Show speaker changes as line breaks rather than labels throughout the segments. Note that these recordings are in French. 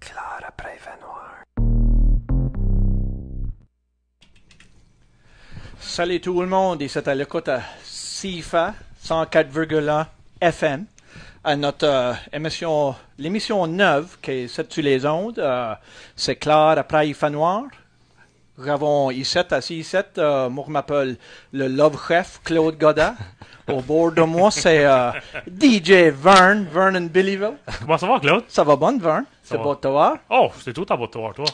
Clara Prévenoir.
Salut tout le monde, et c'est à l'écoute à CIFA 104,1 FM, à notre euh, émission, l'émission neuve qui est sur les ondes. euh, c'est Claire après IFA Noir. Nous avons ici, assis ici, euh, moi je m'appelle le Love Chef Claude Godin. Au bord de moi, c'est euh, DJ Vern, Vernon Billyville.
Comment ça va, Claude?
Ça va bon, Vern? C'est
va.
beau de te voir.
Oh, c'est tout à votre tour, toi.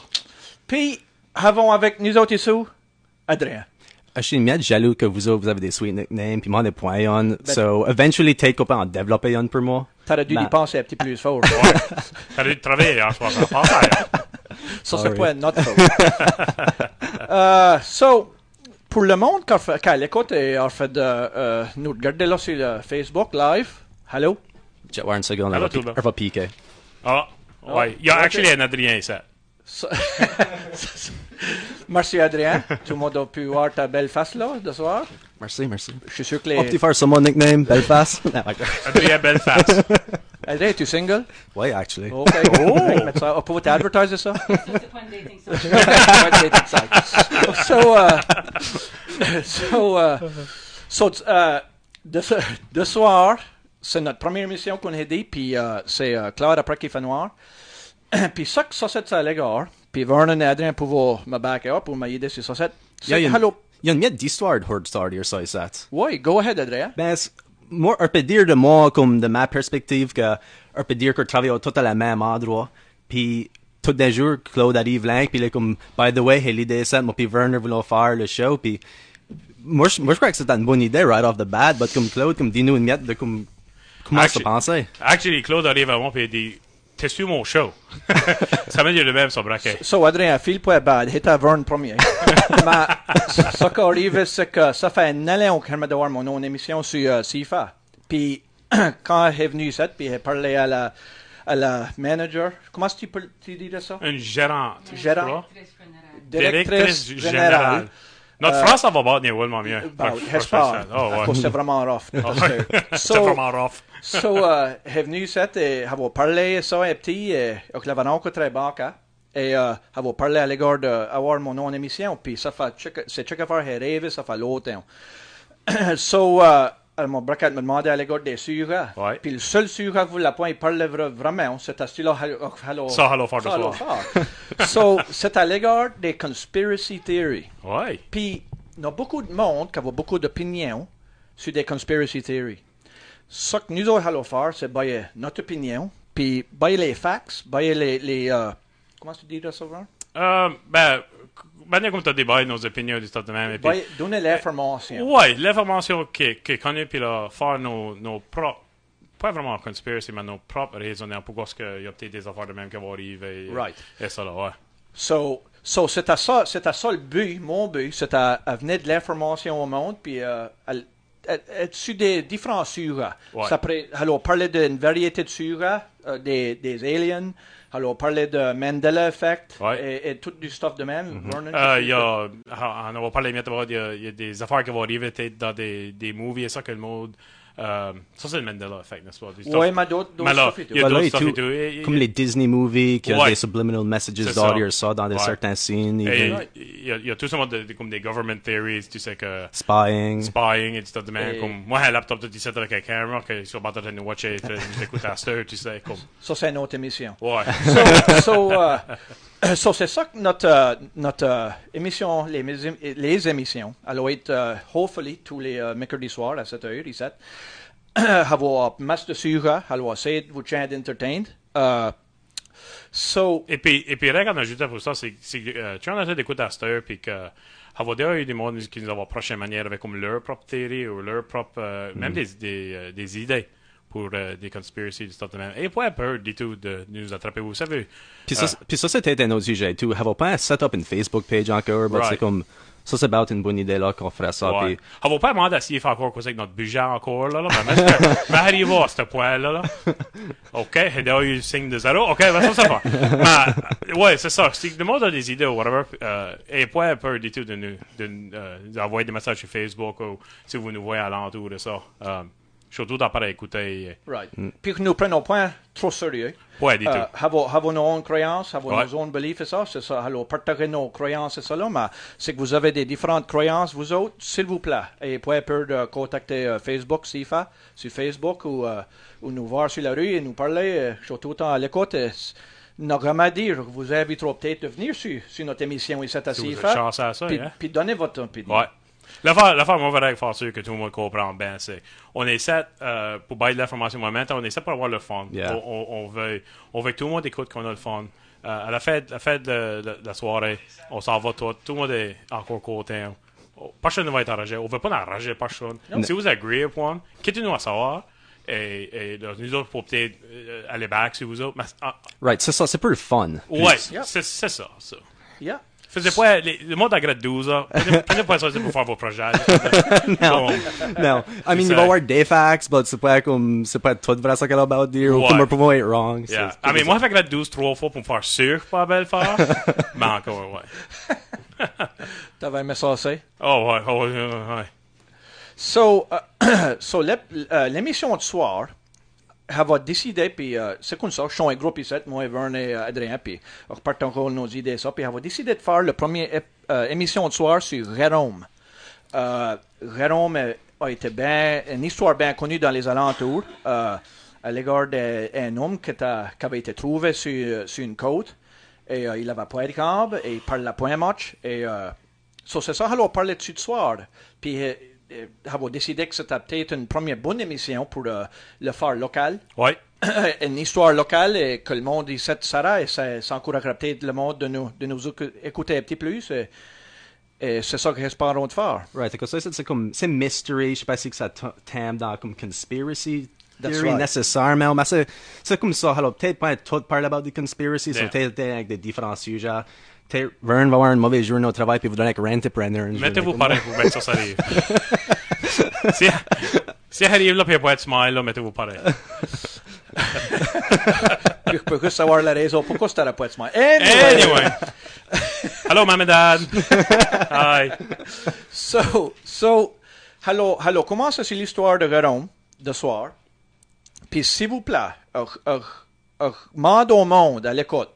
Puis, avons avec nous autres ici, Adrien.
Je suis miette jaloux que vous autres, vous avez des sweet nicknames, puis moi des points. So, eventually, take up en développer un pour moi.
Ben, T'aurais dû y
Ben.
penser un petit peu plus fort.
T'as dû travailler hier soir, ça pense à
Ça, c'est
Sorry.
pas notre faute. Euh, so, pour le monde qui a fait- qui a l'écoute et a fait de, euh, nous regarder là sur le Facebook live, hello.
J'ai un second,
Ah,
on
là,
va
tout
piquer-
là.
on va piquer.
Ah, ouais. Il y a
ok.
actually un Adrien ici.
So- Merci Adrien. Tout le monde a pu voir ta belle face là, ce soir.
Merci, merci.
Je suis sûr que
On peut
les...
faire sur mon nickname, Belfast. Non, ok.
Adrien Belfast.
Adrien, es-tu single?
ouais, actually.
OK. On va mettre ça. On peut t'advertiser ça?
It's a fun dating social.
so, uh, so, uh, so, uh, de, ce- de soir, c'est notre première émission qu'on a dit, puis euh, c'est euh, Claire après qui fait noir. puis ça, que ça c'est à l'égard, puis Vernon et Adrien pouvaient me back up pour m'aider sur ça. C'est,
Il y a une-
hello.
il y a une miette d'histoire de Horde Star, ça et ça.
Oui, go ahead, Adrien.
Ben, c'est- moi, on peut dire de moi, comme de ma perspective, que on peut dire qu'on travaille tout à la même endroit. Puis, tous les jours, Claude arrive là, puis il est comme, by the way, hey, l'idée est ça, moi, puis Werner voulons faire le show, puis moi, je, moi, je crois que c'est une bonne idée, right off the bat, mais comme Claude, comme dis-nous une miette de comme, comment ça
Actu-
pensait.
Actually, Claude arrive à moi et il dit T'es sur mon show. ça m'a dit le même, ça braquet.
So, Adrien, file pas bad, hit à Vern premier. Mais ce qui arrive, c'est que ça fait une année qu'on m'a d'avoir mon nom d'émission sur euh, CIFA. Puis, quand elle est venue ici, puis elle parlait à la, à la manager, comment est-ce que tu, peux- tu dis de ça?
Une gérante. je
Gérante.
crois.
Actrice générale.
Euh, Directrice générale. Notre
Euh,
France, ça va battre tellement mieux.
Bah,
Notre
j'espère.
français, ça- Oh, ouais.
C'est vraiment rough.
C'est vraiment rough.
So, euh, elle est venue ici et elle va parler ça un eh, petit, et elle avait encore très bon hein, Et euh, elle va parler à l'égard d'avoir mon nom en émission, puis ça fait, check- c'est check à faire elle rêve, ça fait longtemps. so, euh, elle m'a braqué, elle me demandait à l'égard des sujets.
Ouais.
Puis le seul sujet elle voulait pas, il parlait vra- vraiment, hein, c'était celui-là, hello, hello.
Ça, hello, faire de
Ça, hello,
soir.
faire. so, c'est à l'égard des conspiracy theories.
Ouais.
Puis, il y a beaucoup de monde qui a beaucoup d'opinions sur des conspiracy theories. Ce que nous autres allons faire, c'est bailler notre opinion, puis bailler les facts, bailler les... les euh, comment tu dis ça, Vern?
Euh, ben, ben, comme t'as débattu nos opinions du tout de même. et puis-
Bailler- Donner l'information.
Ouais, l'information qui, qui connaît, puis là, faire nos, nos propres, pas vraiment conspiracy, mais nos propres raisonnements, pourquoi est-ce qu'il y a peut-être des affaires de même qui vont arriver. Et,
Right.
Et ça, là, ouais.
So, so c'est à ça, c'est à ça le but, mon but, c'est à, à venir de l'information au monde, puis euh, à l- à- être sur des différents sujets.
Ouais.
Ça pré- alors, parler d'une variété de sujets, euh, des, des aliens, alors parler de Mandela Effect,
Ouais.
et, et tout du stuff de même. Vernon,
Euh,
qu'est-ce
Il
que
y a, ah, on va parler bientôt, il y, a- il y a des affaires qui vont arriver peut-être dans des, des movies et ça que le monde. euh, ça, c'est le Mandela Effect, n'est-ce pas? du
tu-
stuff-
Ouais, mais d'autres, d'autres
Mais là,
stuff et tout.
il y a
Bah, là,
d'autres
et
stuff
tout,
et tout. Et- et-
Comme les Disney movies, qui ont
Ouais.
des subliminal messages
e- C'est
d'audio,
ça.
ça, dans des
Ouais.
certaines scènes,
et
even
Il y a- il y a tout ce monde de, de- comme des government theories, tu sais que.
spying.
spying et tout ça de même.
Et-
Comme, moi, j'ai un laptop de 17 avec la caméra, que je suis en train de nous watcher, de nous écouter à cette heure, tu sais, comme.
Ça, c'est une autre émission.
Ouais.
so, so, euh, so c'est ça que notre, euh, notre euh, émission, les, mis- les émissions, elles vont être, euh, hopefully, tous les euh, mercredis soirs à 7h, 17 avoir masse de sujets, alors essayer de vous tenir entertained. Euh, so,
Et puis, et puis rien qu'on ajoutait pour ça, c'est c'est que euh, tu en as fait d'écouter à cette heure, puis que euh, on va dire, il y a des monde qui nous ont prochaine manière avec comme leur propre théorie ou leur propre, euh, même des, des, euh, des idées pour euh, des conspiracies, du de même. Et pas peur du tout de nous attraper, vous savez.
Puis ça,
Ah.
c'est- puis ça, c'était un autre sujet, tout. Have pas set up une Facebook page encore, mais
Right.
c'est comme, Ça, c'est about une bonne idée, là, qu'on ferait ça.
Ouais.
Ah,
Ah,
puis-
On va pas demander à s'il fait encore quoi c'est avec notre budget encore, là, là. Mais, mais, c'est- mais arrivons à ce point-là, là. OK, et d'ailleurs, il signe de zéro. OK, ben, ça, ça va. mais, ouais, c'est ça. Si le monde a des idées ou whatever, euh, et pas peur du tout de nous, de, euh, d'envoyer des messages sur Facebook ou si vous nous voyez alentour de ça. Euh, surtout d'en parler écouter.
Right. Puis que nous prenons pas trop sérieux.
Ouais, du tout.
Euh, Avoir avoir nos own croyances, avoir
Ouais.
nos own beliefs et ça, c'est ça. Alors, partagez nos croyances et ça là, mais c'est que vous avez des différentes croyances, vous autres, s'il vous plaît. Et pas peur de contacter euh, Facebook, SIFA, sur Facebook ou, euh, ou nous voir sur la rue et nous parler. euh, Je suis tout le temps à l'écoute. et s- Nous à dire, vous inviterons peut-être de venir sur, sur notre émission ici à
Si vous êtes
SIFA.
chanceux à ça,
Puis,
hein.
puis donnez votre opinion.
Ouais. L'affaire, l'affaire, moi, vraiment, faire sûr que tout le monde comprend bien, c'est, on essaie, euh, pour bailler de l'information maintenant, on essaie pour avoir le fun.
Yeah.
On, on- on veut, on veut que tout le monde écoute qu'on a le fun. Euh, à la fête, la fête de, de- de la soirée, on s'en va tout, tout le monde est encore content. Oh, Personne ne va être enragé. On veut pas enrager personne. Si vous agréez point, quittez-nous à savoir. Et, et là, nous autres, pour peut-être euh, aller back sur vous autres. Mais, ah,
Right, c'est ça, c'est pour le fun.
ouais,
Yep.
c'est, c'est ça, ça.
Yeah.
Faisais pas, les- le monde à grade 12, là. Prenez, prenez pas ça c'est pour faire vos projets.
Non.
Bon.
non. I mean, il va y avoir des facts, mais c'est pas comme, c'est pas tout vrai ça qu'elle a about dire, ou
Ouais.
comme un promo est wrong.
Yeah.
c'est-
Ah, mais moi, avec la 12 trois fois pour me faire sûr que pas belle faire. mais encore, ouais.
T'avais aimé ça, c'est?
Oh, ouais, oh, ouais, ouais, ouais.
So, euh, so l'ép- euh, l'émission de soir, elle va décider, puis euh, c'est comme ça, je suis un groupe ici, moi, Vern et euh, Adrien, puis on repart encore nos idées, ça, puis elle va décider de faire la première ép- euh, émission de soir sur Rérôme. Euh, Rérôme euh, a été bien, une histoire bien connue dans les alentours, euh, à l'égard d'un homme qui, était- qui avait été trouvé sur, sur une côte, et euh, il avait pas de câble, et il parlait pas un match, et... euh, So, c'est ça, alors, on parlait dessus de soir. Puis, euh, euh, on a décidé que c'était peut-être une première bonne émission pour euh, le faire local.
Ouais.
une histoire locale et que le monde ici de Sarah, et ça, ça encouragerait peut-être le monde de nous, de nous écou- écouter un petit plus. Et, et c'est ça que espérons de faire.
Right, c'est comme ça, c'est- c'est comme, c'est mystery, je sais pas si que ça t- t'aime dans comme conspiracy
That's
theory
right.
nécessairement, mais c'est, c'est comme ça, alors peut-être pas tout parler about the conspiracy,
Yeah.
c'est peut-être avec des différents sujets. Peut-être Vern va avoir un mauvais journée au travail, puis vous donner avec Rent Prenner.
Mettez-vous pareil pour mettre ça, ça arrive. si, si elle arrive là, puis elle va être smile, là, mettez-vous pareil.
Puis, je peux juste savoir la raison pourquoi c'était la poète. Anyway!
Anyway. Hello, mom and dad. Hi.
So, so, hello, hello, comment ça c'est l'histoire de Rome de soir? Puis s'il vous plaît, euh, euh, euh, demande au monde à l'écoute.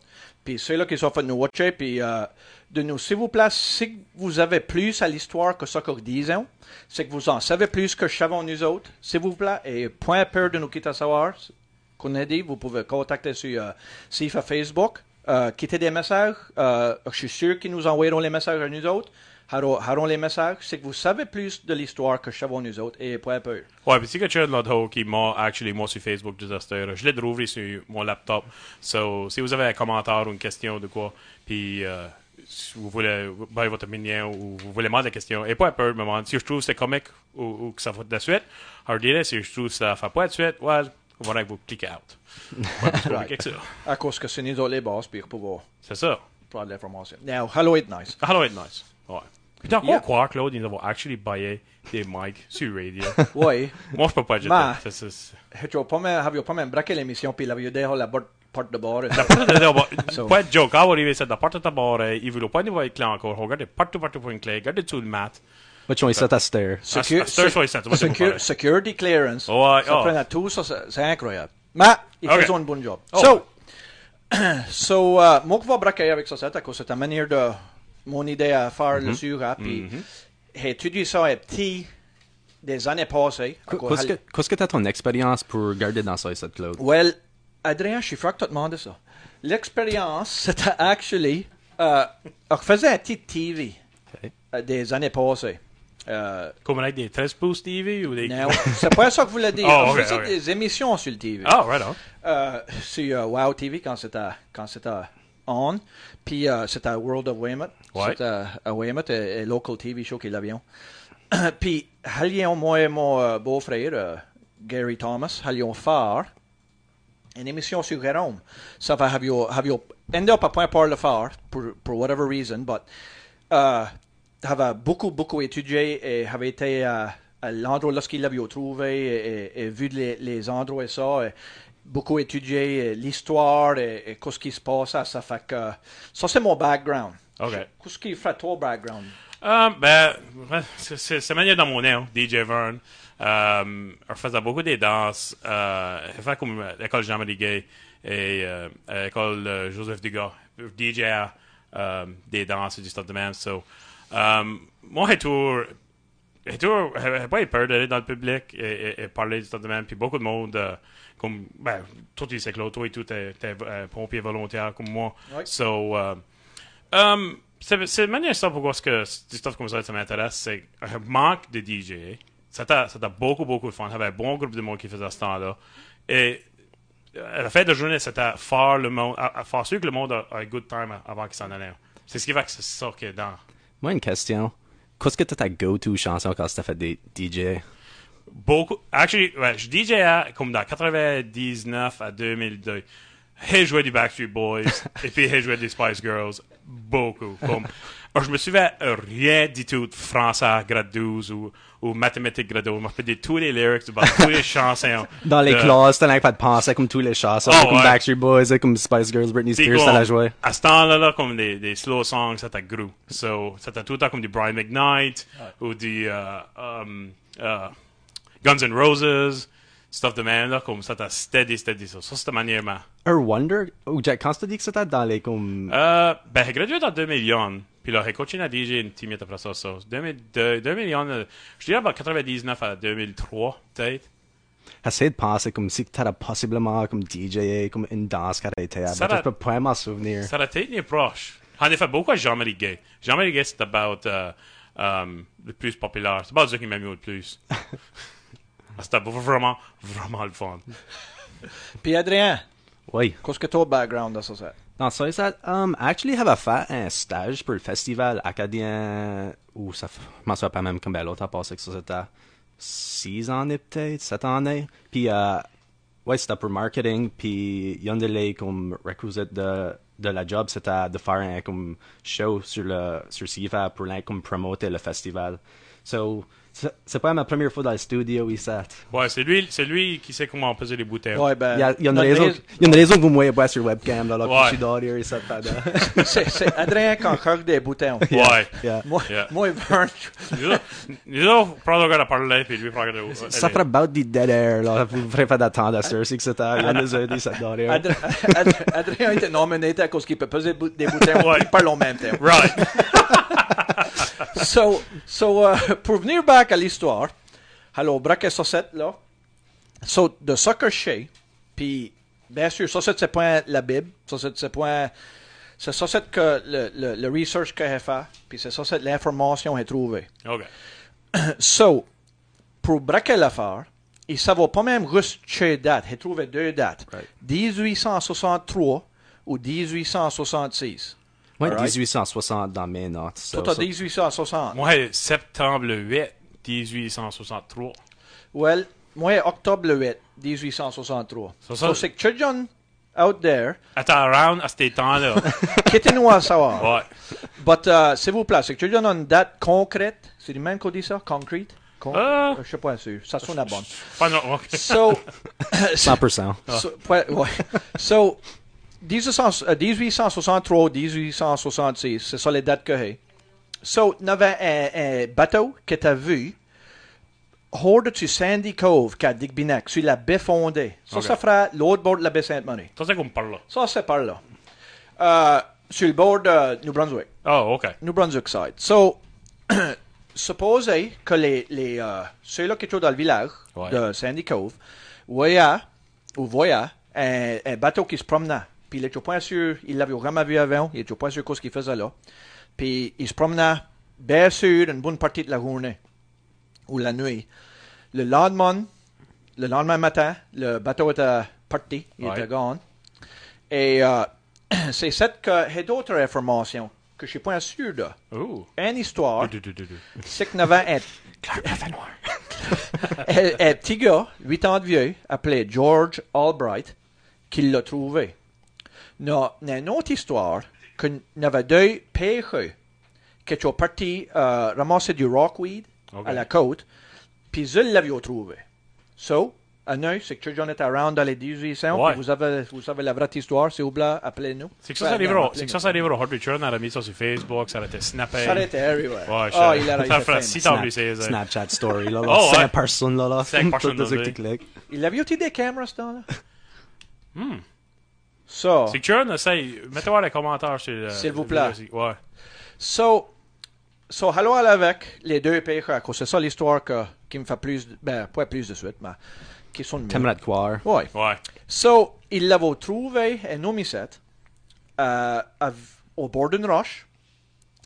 Puis ceux-là qui sont fait nous watcher, puis euh, de nous, s'il vous plaît, si vous avez plus à l'histoire que ça que nous disons, c'est que vous en savez plus que savons nous autres, s'il vous plaît, et point peur de nous quitter à savoir, qu'on a dit, vous pouvez contacter sur euh, SIFA Facebook, euh, quitter des messages, euh, je suis sûr qu'ils nous envoyeront les messages à nous autres, haront haront les messages, c'est que vous savez plus de l'histoire que savons nous autres, et point peur.
Ouais, puis si quelqu'un de l'autre qui m'a, actually, moi sur Facebook, Disaster, je l'ai trouvé sur mon laptop. So, si vous avez un commentaire ou une question de quoi, puis euh, si vous voulez ben, votre opinion ou vous voulez demander la question, et pas peur de me demander si je trouve que c'est comique ou, ou que ça va de la suite, alors dirais si je trouve que ça fait pas de suite, well, on va vous cliquer out. Ouais, c'est pas compliqué que ça.
À cause que c'est nous autres les boss, puis pour pouvoir
C'est ça.
prendre l'information. Now, hello, it's nice.
Hello, it's nice. Ouais. Putain,
Yeah.
quoi, croire, Claude, ils nous avons actually baillé des mics sur radio.
Oui,
Moi, je peux pas jeter.
Ben.
C'est- c'est-
je pas même, j'avais pas même braqué l'émission, puis il avait déjà la bord- porte de bord.
Porte de ta barre.
So-
Pas de joke. Quand on arrive ici, la porte de ta barre, euh, ils veulent pas nous voir avec clé encore. Regardez partout, partout pour une clé. Regardez tout le mat.
Moi, tu vois, ça t'a stir.
Ah, c'est- c'est- c'est- c'est- c'est- c'est-
secu- security clearance.
Ouais,
ça
oh.
prend à tout, ça, c'est- c'est incroyable. Mais, ils
Ok.
faisaient un bon job.
Oh.
So, so euh, moi qui vais braquer avec ça, c'est à cause de ta manière de. Mon idée à faire le sur, hein, puis j'ai étudié ça un petit des années passées. à cause-
Qu'est-ce que, qu'est-ce que t'as ton expérience pour garder dans ça, cette Claude?
Well, Adrien, je suis fier que tu as demandé ça. L'expérience, c'était actually. Euh, on faisait un petit TV
Ok.
euh, des années passées. Euh,
Comme avec des 13 pouces TV ou des.
non, c'est pas ça que vous voulez dire.
Oh,
on
ok,
faisait
ok.
des émissions sur le TV.
Ah, right on.
Euh, sur euh, Wow TV quand c'était quand c'était on. Puis euh, c'était à World of Weymouth.
Ouais.
C'était à Weymouth, et, et local TV show qui l'avion. Puis, allions moi et mon euh, beau-frère, euh, Gary Thomas, allions faire une émission sur Rome. Ça va have you, have you end up à point par le faire, pour, for whatever reason, but euh, avait beaucoup, beaucoup étudié et avait été à, à l'endroit lorsqu'il l'avait trouvé et, et- et vu les, les endroits et ça. et beaucoup étudié euh, l'histoire et, et qu'est-ce qui se passe. Ça, ça fait que. Ça, c'est mon background.
OK.
Qu'est-ce qui fait ton background?
Euh, ben, ouais, c'est- c'est c'est manière dans mon air, DJ Vern. Euh, elle faisait beaucoup des danses. Euh, elle faisait comme euh, l'école jean marie Gay et euh, à l'école euh, Joseph Dugas. DJ euh, des danses et du stuff de même. So, euh, mon retour, et tout, elle n'avait pas eu peur d'aller dans le public et, et- et parler du temps de même. Puis beaucoup de monde, euh, comme, ben, tout les siècles, toi et tout, t'es t'es, euh, pompier volontaire comme moi.
Ouais.
So, euh, um, c'est c'est une manière ça pourquoi est-ce que du stuff comme ça, ça m'intéresse. C'est un manque de DJ. Ça t'a ça t'a beaucoup, beaucoup de fun. J'avais un bon groupe de monde qui faisait ce temps-là. Et à la fin de la journée, c'était faire le monde, à, à faire sûr que le monde a, a un good time avant qu'il s'en aille. C'est ce qui fait que c'est ça qui est dans.
Moi, une question. Qu'est-ce que t'as ta go-to chanson quand t'as fait des DJ?
beaucoup. Actually, ouais, je DJ à, comme dans 99 à 2002. J'ai joué du Backstreet Boys et puis j'ai joué des Spice Girls. Beaucoup. Comme, Alors, je me souviens rien du tout de français grade 12 ou, ou mathématiques grade 12. Je me rappelle de tous les lyrics, de tous les chansons.
Dans les
de-
classes, t'as l'air pas de penser comme tous les chansons,
Oh,
comme
ouais.
Backstreet Boys, comme Spice Girls, Britney
Puis
Spears,
comme-
ça la joué.
À ce temps-là, là, comme des, des slow songs, ça t'a gru. So, ça t'a tout le temps comme du Brian McKnight ou du euh, um, euh, Guns N' Roses, stuff de même, là, comme ça t'a steady, steady. Ça, ça c'était manière ma-
Or Wonder, ou Jack, quand t'as dit que c'était dans les comme.
Euh, ben, j'ai gradué en 2001. Puis là, j'ai continué à DJ une petite minute après ça. ça. 2002, 2001, euh, je dirais about 99 à 2003, peut-être.
J'essaie de penser comme si t'as possiblement comme DJ, comme une danse qu'elle était. mais
Ça va-
Je peux pas m'en souvenir.
Ça aurait été proche. En effet, beaucoup à Jean-Marie Gay. Jean-Marie Gay, c'est about euh, um, le plus populaire. C'est pas ceux qui m'aiment le plus. Ah, C'était vraiment, vraiment le fun.
Puis Adrien,
Oui.
qu'est-ce que ton background dans ça? c'est?
Dans ça, ça, um, actually, j'avais fait un stage pour le festival acadien où ça, f- je m'en souviens pas même combien l'autre a passé que ça, c'était 6 années peut-être, 7 années. Puis, euh, ouais, c'était pour marketing. Puis, il y a un délai comme requisite de, de la job, c'était de faire un comme show sur le, sur CIFA pour like, comme promoter le festival. So, c'est c'est pas ma première fois dans le studio ici.
Ouais, c'est lui, c'est lui qui sait comment peser les bouteilles.
Ouais,
Il
ben,
y a, il y a une
Euh, notre
raison,
rais-
il y a une raison que vous me voyez pas sur webcam, alors que
Ouais.
je suis dehors ici. pendant-
c'est, c'est Adrien qui encore des boutons.
Ouais.
Yeah.
Moi,
Yeah.
moi et Vern,
Nous autres- nous autres, prends le gars à parler, puis lui prend le gars à-
Ça fera about the dead air, là. Vous ferez pas d'attendre à ça, c'est que c'était à des heures, des sept heures.
Adr- Adr- Adrien a été nominé à cause qu'il peut peser bou- des boutons
Ouais.
et parle au même temps.
Right.
So, so euh, pour venir back à l'histoire, alors, braque et saucette, là. So, de ça que je sais, puis, bien sûr, saucette, c'est pas la Bible, saucette, c'est pas. C'est saucette que le, le, le research que j'ai fait, puis c'est saucette l'information que j'ai trouvée.
OK.
So, pour braquer l'affaire, il ne va pas même juste chez date. Il trouvé deux dates.
Right.
1863 ou 1866.
Moi,
Alright.
1860 dans mes notes. so-
Toi, t'as
so-
1860.
Moi, septembre le 8, 1863.
Well, moi, octobre le 8, 1863.
So, ça-
so, c'est que children out there,
Attends, around à ces temps-là.
quittez-nous à savoir.
ouais.
But, euh, s'il vous plaît, c'est que children ont une date concrète. C'est du même qu'on dit ça? Concrete? Con- Euh,
Ah.
Je sais pas sûr. Ça sonne à bonne.
Pas non, ok.
So,
100%.
So, ouais, ouais. So, 1800 euh, 1863, 1866, c'est ça les dates que j'ai. So, il y avait un, un bateau que tu as vu, hors de tu Sandy Cove, qu'à Digbynac, sur la baie fondée. Ça,
Ok.
ça fera l'autre bord de la baie Sainte-Marie.
Ça, c'est qu'on parle là.
Ça, c'est par là. Euh, sur le bord de New Brunswick.
Oh, OK.
New Brunswick side. So, supposez que les, les, euh, ceux-là qui sont dans le village
Ouais.
de Sandy Cove voyaient ou voyaient un, un bateau qui se promenait. Puis ils n'étaient pas sûrs, ils l'avaient jamais vu avant, ils n'étaient pas sûrs ce qu'ils faisaient là. Puis ils se promenaient, bien sûr, une bonne partie de la journée ou la nuit. Le lendemain, le lendemain matin, le bateau était parti, il
Ouais.
était gone. Et euh, c'est cette que j'ai d'autres informations que je suis pas sûr de.
Ooh.
Une histoire,
Du, du, du, du.
c'est que 9 ans, un, un- un petit gars, 8 ans de vieux, appelé George Albright, qui l'a trouvé. Non, il y a une autre histoire que n'avait deux pêcheurs que tu es parti euh, ramasser du rockweed
Ok.
à la côte, puis je l'avais trouvé. So, un œil, c'est que John était around dans les 18 ans,
Ouais.
puis vous avez, vous savez la vraie histoire, s'il vous plaît, appelez-nous.
C'est que ça, ça
Ben, non,
arrivera.
appelez-nous.
C'est que ça, ça arrivera. Hard Return, elle a mis ça sur Facebook, ça a été snappé.
Ça arrêtait everywhere. Ah,
Ouais, ça-
il a
ça
été
fera
famous.
six-
Snap-
W, c'est- c'est-
Snapchat story, là. là.
Oh,
cinq
ouais.
personnes, là. là.
Cinq personnes,
Toutes les
là,
clics.
Il avait aussi des caméras, ce temps-là. Ça.
C'est que Turn, essaye. Mettez-moi les commentaires. sur le-
S'il vous
la
plaît.
vidéo aussi. Ouais.
So, so hello à avec les deux pays à cause. C'est ça l'histoire que, qui me fait plus, de- ben, pas plus de suite, mais qui sont le mieux.
T'aimerais de croire.
Ouais.
Ouais.
So, il l'avait trouvé un homicide euh, av- au bord d'une roche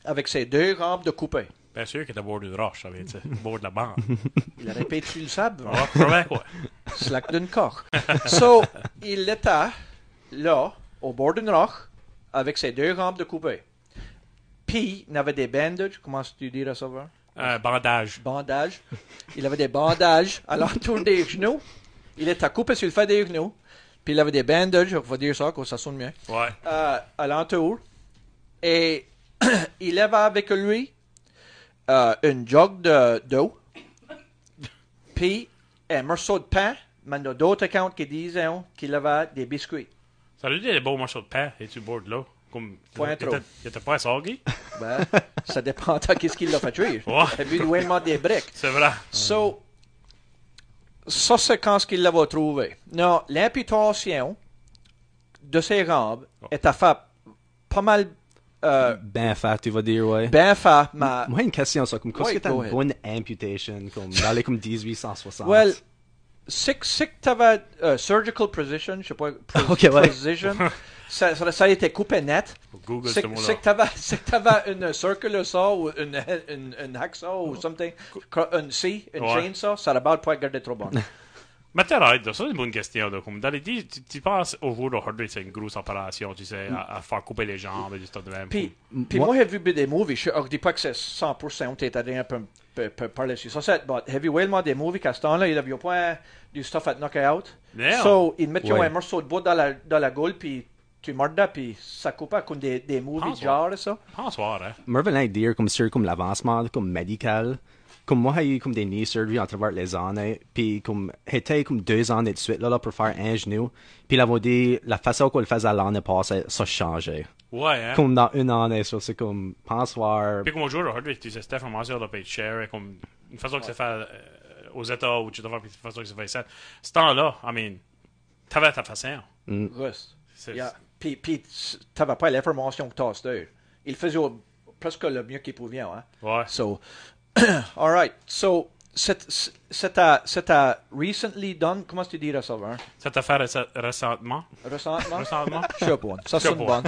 avec ses deux rampes de coupé.
Bien sûr qu'il était au bord d'une roche, ça vient, tu sais. Au bord de la bande.
Il a répété le sable. hein.
Ouais, probablement, ouais.
Slack d'une coque. So, il était là, au bord d'une roche, avec ses deux rampes de coupé. Puis, il avait des bandages, comment tu dirais ça, Vern?
Un Euh, bandage.
bandages. Il avait des bandages à l'entour des genoux. Il était coupé sur le fait des genoux. Puis il avait des bandages, on va dire ça, que ça sonne mieux,
Ouais.
euh, à l'entour. Et il avait avec lui euh, une jog de- d'eau, puis un morceau de pain. Mais il y en a d'autres accounts qui disent hein, qu'il avait des biscuits.
Ça lui dit des beaux morceaux de pain et tu bord de l'eau. Comme.
Point
Il
trop.
était- il était pas sorgi.
Ben, ça dépend de qu'est-ce qu'il a fait tuer.
Ouais.
Il a bu loin des briques.
C'est vrai.
So, ça, c'est quand ce qu'il l'avait trouvé. Non, l'imputation de ses rampes était faite pas mal euh,
Ben fait, tu vas dire, ouais.
bien faite, mais...
Moi, une question, ça. Comme, qu'est-ce
Ouais,
que t'as
go
une
ahead.
bonne amputation, comme, dans les comme 1860?
Well, c'est que c'est que t'avais euh, surgical precision, je sais pas, pre-
Ok, ouais.
precision, ça, ça, ça a été coupé net.
Google
C'est
ce
que c'est que
mot-là.
t'avais c'est que t'avais une circular saw ou une, une, une hacksaw ou something, une scie, une
Oh. Ouais.
chainsaw, ça la balle pour garder trop bon.
Mais t'es right, là, ça c'est une bonne question. Là. Comme dans les dix- tu, tu penses au jour de Hardware, c'est une grosse opération, tu sais, à, à faire couper les jambes et tout ça de même.
Puis,
M-
puis
moi-
moi, j'ai vu des movies. Je ne dis pas que c'est 100% t'es italien peut, peut, peut parler sur ça. c'est- But heavy Wellman des movies qu'à ce temps-là, il n'avait pas du stuff à te knocker out.
Damn.
So, ils mettaient
Ouais.
un morceau de bois dans la, dans la gueule, puis tu mordais, puis ça coupait comme des, des movies
Pense,
de genre, ça.
Bonsoir, hein.
Mervyn a dire comme sur comme l'avancement comme médical comme moi j'ai eu comme des knee surgery à travers les années puis comme j'étais comme deux ans de suite là, là pour faire un genou puis là on dit la façon qu'on le faisait l'année passée ça changeait
Ouais, hein.
comme dans une année ça c'est comme pense voir
Puis comme au jour de Hardware, tu sais, Steph a commencé à le payer cher, et comme une façon que c'est fait euh, aux États ou tu dois faire, puis une façon que c'est fait ici. Ce temps-là, I mean, t'avais ta façon.
Mm.
Russe.
C'est-
Yeah. Puis, puis tu n'avais pas l'information que tu as, d'eux. Ils faisaient au- presque le mieux qu'ils pouvaient. Hein?
Ouais.
So, all right. So, c'est- c'est- c'était c'était recently done. Comment tu dirais ça, hein? Vern?
Ça t'a fait réce- récemment.
Ressentement?
Récemment.
Chopin. Ça, c'est une
Chopin.
bonne.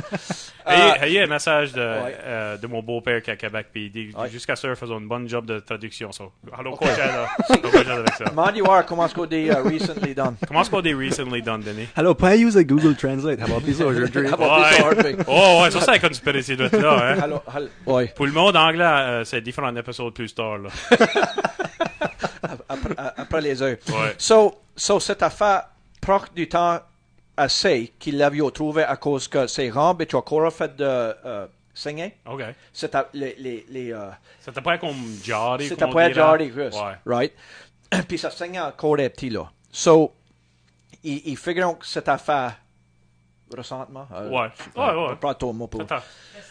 Eh,
Hey, hey, un message de,
Ouais.
euh, de mon beau-père qui est à Québec, puis il dit
Ouais.
jusqu'à ce faisons une bonne job de traduction. So. Allô,
Ok.
quoi, avec ça.
Mandy War, comment est-ce qu'on dit euh, recently done?
Comment est-ce qu'on dit recently done, Denis?
hello pas user Google Translate how about this aujourd'hui
Ah, bon,
Ouais.
c'est hard, mais-
Oh, ouais, ça, c'est la conspiracy de là, hein.
Hello, hello. Ouais.
Pour le monde anglais, euh, c'est différent épisode plus tard, là.
Après, à- après les heures.
Ouais.
So, so, cette affaire proche du temps assez qu'il l'avait trouvé à cause que ses rampes étaient encore faites de euh, saigner.
OK.
C'était les, les, les, euh,
C'était pas comme Jarry.
C'était
qu'on
pas
dirait.
Jardy Chris.
Ouais.
Right? Puis ça saignait encore les petits là. So, ils, ils figurent que cette affaire récemment. euh,
Ouais.
je sais
Ouais,
pas,
ouais.
je prends ton mot pour-
Attends.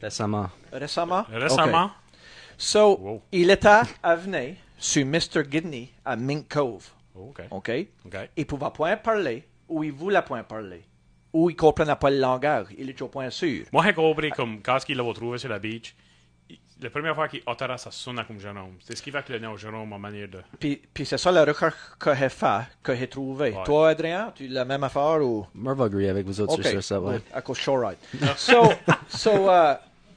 récemment
Récemment?
Récemment,
Ok. So,
Wow.
il était à venir sur Mr. Gidney à Mink Cove.
OK.
OK?
OK.
Il pouvait point parler ou il voulait point parler. Ou il comprenait pas le langage. Il était au point sûr.
Moi, j'ai compris, comme quand il l'a trouvé sur la beach, il- la première fois qu'il ottera, ça sonne comme Jérôme. C'est ce qui va que le nom Jérôme en manière de.
Puis, puis c'est ça la recherche que j'ai fait, que j'ai trouvé.
Ouais.
Toi, Adrien, tu la même affaire ou...
Merv agree avec vous autres
OK.
sur ça ouais
good. À cause Shoride. So, so, euh,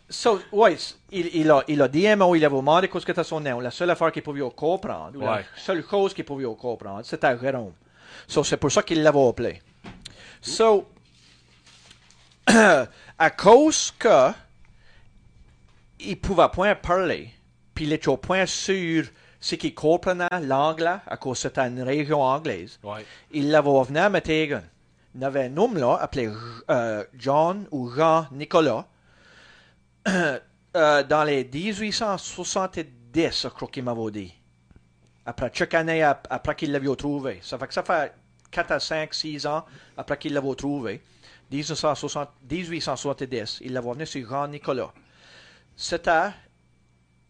so, ouais, s- il, il, a, il a dit un mot, il a demandé qu'est-ce que t'as son nom. La seule affaire qu'il pouvait comprendre, ou la
Ouais.
seule chose qu'il pouvait comprendre, c'était Jérôme. So, c'est pour ça qu'il l'avait appelé. So, à cause que il pouvait point parler, puis il était au point sûr ce qu'il comprenait l'anglais, à cause que c'était une région anglaise.
Ouais.
Il l'avait venu à Metegan. Il y avait un homme là, appelé euh, John ou Jean Nicolas, euh, dans les 1870, je crois qu'il m'avait dit. Après chaque année, ap- après qu'il l'avait trouvé. Ça fait que ça fait 4 à 5, 6 ans après qu'il l'avait trouvé. 1960 1870, il l'avait venu sur Jean Nicolas. C'était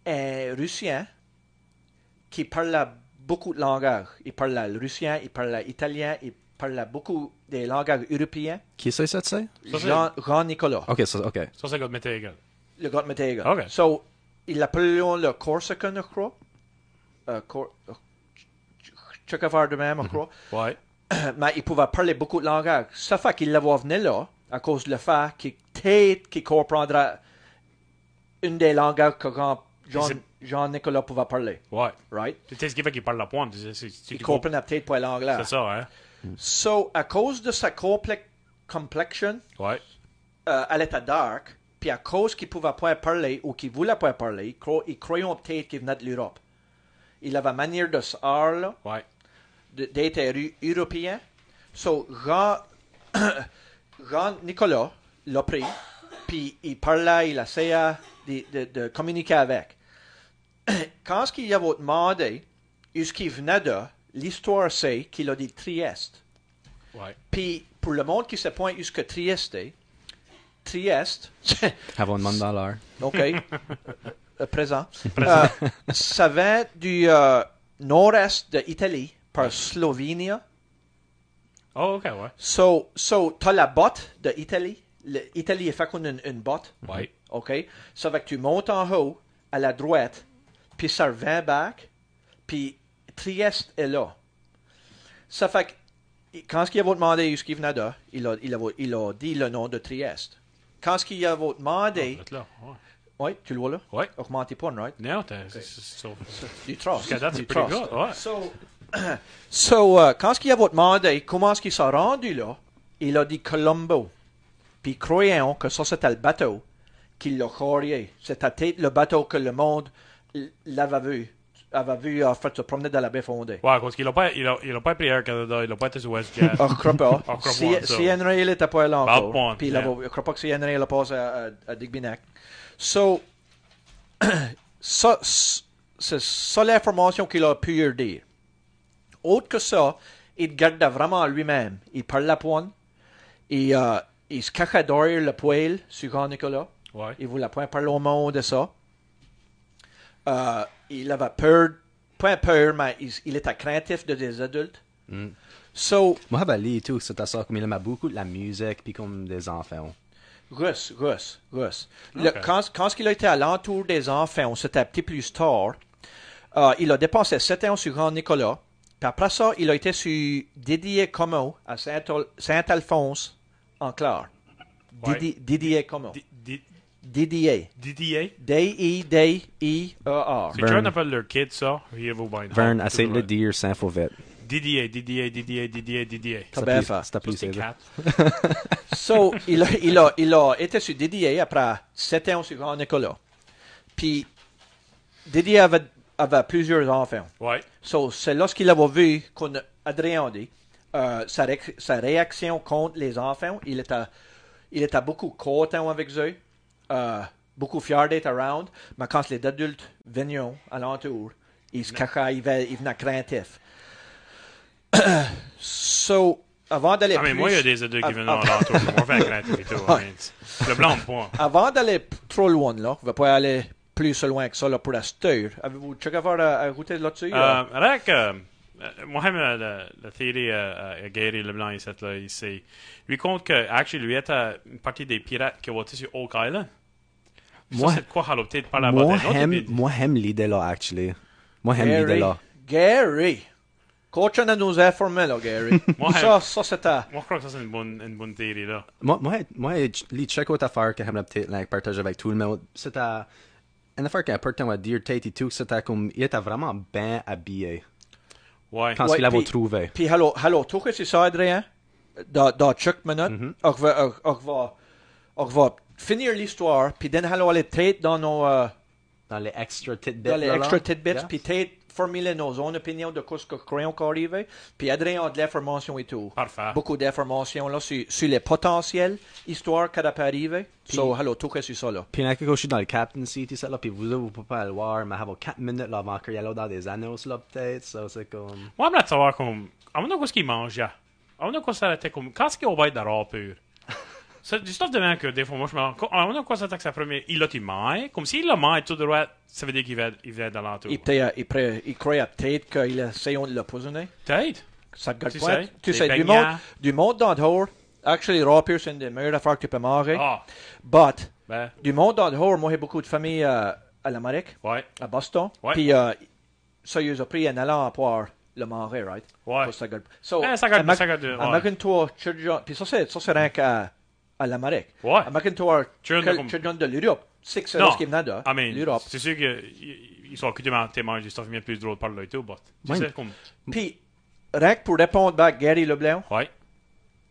un Russien qui parlait beaucoup de langages. Il parlait le russien, il parlait italien, il parlait beaucoup des langages européens.
Qui c'est ça, tu sais?
Ça, c'est-
Jean, Jean Nicolas.
Ok, ça, ok.
Ça, c'est God Metallica.
Le gars de Metallica.
Ok.
So, ils l'appellent le Corsican, je crois. Euh, Cor- euh, Tch- Tch- Tchécovard de même,
Mhm.
je crois.
Ouais.
Mais il pouvait parler beaucoup de langages. Ça fait qu'il l'avait venu là, à cause de le fait qu'il peut-être qu'il comprendra une des langages que Jean- Jean-
c'est-
Jean-Nicolas pouvait parler.
Ouais.
Right?
Tu sais ce qui fait qu'il parle la pointe. C'est c'est- c'est-
Il comprenait peut-être pas l'anglais.
C'est ça, hein?
So, à cause de sa complex complexion,
Ouais.
euh, elle était dark, puis à cause qu'ils ne pouvaient pas parler ou qu'ils ne voulaient pas parler, ils, cro- ils croyaient peut-être qu'ils venaient de l'Europe. Il avait manière de se parler,
Ouais.
de- d'être eu- européen. So, Jean, Jean Nicolas l'a pris, puis il parlait, il essayait de, de, de communiquer avec. Quand ce qu'il avait demandé, ce qu'il venait de, l'histoire c'est qu'il a dit Trieste.
Ouais.
Puis, pour le monde qui ne sait pas où ce que Trieste est, Trieste,
Have one man dollar.
OK. Euh, présent. Euh, ça vient du euh, nord-est de l'Italie par Slovénie.
Oh, ok, ouais.
So, so tu as la botte de l'Italie. L'Italie est fait qu'on a une, une botte.
Ouais.
OK. Ça fait que tu montes en haut, à la droite, puis ça revient back, puis Trieste est là. Ça fait que il- quand ce qu'il avait demandé où ce qu'il venait de, il a, il, a, il a dit le nom de Trieste. Quand ce qu'il avait demandé...
Vous êtes là. Ouais.
oui, tu le vois là?
Ah, Ouais.
Augmenté pas, right?
Non, t'as. c'est- c'est- c'est-
Du trust.
Jusqu'à date,
Du
c'est pretty
trust.
good. Ouais.
So, so euh, quand ce qu'il a votre mandat, comment est-ce qu'il s'est rendu là, il a dit Colombo. Puis croyons que ça, c'était le bateau qu'il l'a croyé. C'était peut-être le bateau que le monde l- l'avait vu. Avait vu, en fait, se promener dans la baie fondée.
Ouais, parce qu'il n'a pas, il a, il a pas pris Air Canada, il n'a pas été sur WestJet.
Je crois pas.
Ah, je crois
Si-
pas, ça.
Si Henry il était pas là
Bad
encore.
point,
Puis il
yeah.
avait- je crois pas que si Henry il a passé à, à, à Digby-Neck. So, ça, c'est ça l'information qu'il a pu leur dire. Autre que ça, il gardait vraiment lui-même. Il parlait pas. Il, euh, il se cachait derrière le poêle sur Jean-Nicolas.
Ouais.
Il voulait pas parler au monde de ça. Euh, il avait peur, pas peur, mais il, il était craintif de des adultes. So,
Moi, Bali et tout, c'était ça. Comme il aimait beaucoup de la musique, puis comme des enfants.
Russe, russe, russe. Le-
Ok.
quand quand il a été à l'entour des enfants, c'était un petit plus tard, euh, il a dépensé 7 ans sur Grand Nicolas. Puis après ça, il a été sur Didier Como à Saint-Al- Saint-Alphonse en Clare.
Ouais.
Didi- Didier Como.
D- D-
Didier.
DDA?
D-I-D-I-E-R.
C'est
Vern.
John appelle leur kid ça. Il vous bien.
Vern, essaie de Ah, le dire sans faux vite.
DDA, DDA, DDA, DDA, DDA.
T'as
Ça
bien
pue-
fait.
ça pue,
Ça, c'est
c'est ça.
quatre.
So, il a, il, a, il a été sur Didier après 7 ans sur Grand Nicolas. Puis, Didier avait, avait plusieurs enfants.
Ouais.
So, c'est lorsqu'il avait vu qu'on Adrien dit euh, sa, ré- sa réaction contre les enfants, il était, il était beaucoup content avec eux, euh, beaucoup fier d'être around, mais quand les adultes venaient alentour, ils se cachaient, ils venaient, ils venaient craintifs. so, avant d'aller
Ah, mais
plus-
moi, il y a des adultes qui
av-
viennent
av-
ah.
en l'entour. On va faire crainte et tout. hein. Le blanc, point.
avant d'aller p- trop loin, là, on va pas aller plus loin que ça là, pour la steur. Avez-vous checké à, à goûter là-dessus?
Euh, Rack, euh, euh, moi-même, euh, la, la théorie euh, euh, Gary Leblanc, ici, là, il sait- lui compte que, actually, lui était une partie des pirates qui ont été sur Oak Island.
Moi-
ça, c'est de quoi haloter de par la
Moi,
bataille. L'autre,
j'aime-
il-
moi, j'aime l'idée là, actually. Moi, j'aime l'idée
Gary.
là.
Gary. Coaching à nous informer, là, Gary.
Moi,
ça, ça, c'était.
Moi, je crois que ça, c'est une bonne, une bonne théorie, là.
Moi, moi, moi les check autres affaires que j'aimerais peut-être like, partager avec tout le monde, c'était une affaire qui est importante à dire, Tate et tout, c'était comme, il était vraiment bien habillé
Ouais.
quand
Ouais,
il l'avait
puis-
trouvé.
Puis, hello, hello, tout que c'est ça, Adrien, dans, dans chaque minute, on va, on va, on va finir l'histoire, puis then, hello, aller peut-être dans nos, euh,
Dans les extra tidbits.
dans les
là, là.
extra tidbits,
Yeah.
puis peut-être formuler nos own opinions de ce que croyons qu'arriver, puis Adrien a de l'information et tout.
Parfait.
Beaucoup d'informations là sur, sur les potentiels histoires qui peut arriver. so, hello, tout est sur ça là.
Puis, il y en a quelqu'un, je suis dans le captain seat, et ça, là, puis vous, vous pouvez pas le voir, mais avoir 4 minutes, là, avant qu'il y ait dans des anneaux, là, peut-être, ça, c'est comme...
Moi, j'aimerais savoir comme. À mon qu'est-ce qu'ils mangent, yeah. À mon quoi ça était comme. Quand est-ce qu'ils vont être dehors pur? C'est du stuff de même que des fois, moi, je me rends compte. À mon quoi ça attaque sa première. Il l'a, il mange. Comme s'il le mange tout droit, ça veut dire qu'il va, il va être dans l'entour.
Il, peut- il, pré- il croit peut-être qu'il essaie de l'empoisonner.
Peut-être.
Ça te
Tu
garde pas.
sais,
Tu
des
sais, du
beignets.
monde, du monde dans le hall, actually, raw pure, c'est une des meilleures affaires que tu peux manger.
Ah,
But,
ben,
du monde dans le hall, moi, j'ai beaucoup de familles euh, à l'Amérique.
ouais.
à Boston.
Ouais.
Puis euh, ça, ils ont pris en allant à boire le marais, right?
Ouais.
Pour ça gueule. So,
Ben, ça gueule-
ama-
ça gueule de- ouais.
Imagine-toi, children- puis ça, c'est, ça, c'est rien qu'à à l'Amérique.
Ouais.
Imagine-toi,
Children
quel-
comme-
children de l'Europe. C'est que c'est
Non.
ce qui venait de
I mean,
l'Europe.
c'est sûr qu'ils sont occupés de manger du stuff bien plus drôle par le tout, but. Tu
Oui.
sais, comme.
Puis, rien que pour répondre à Gary Leblanc,
Ouais.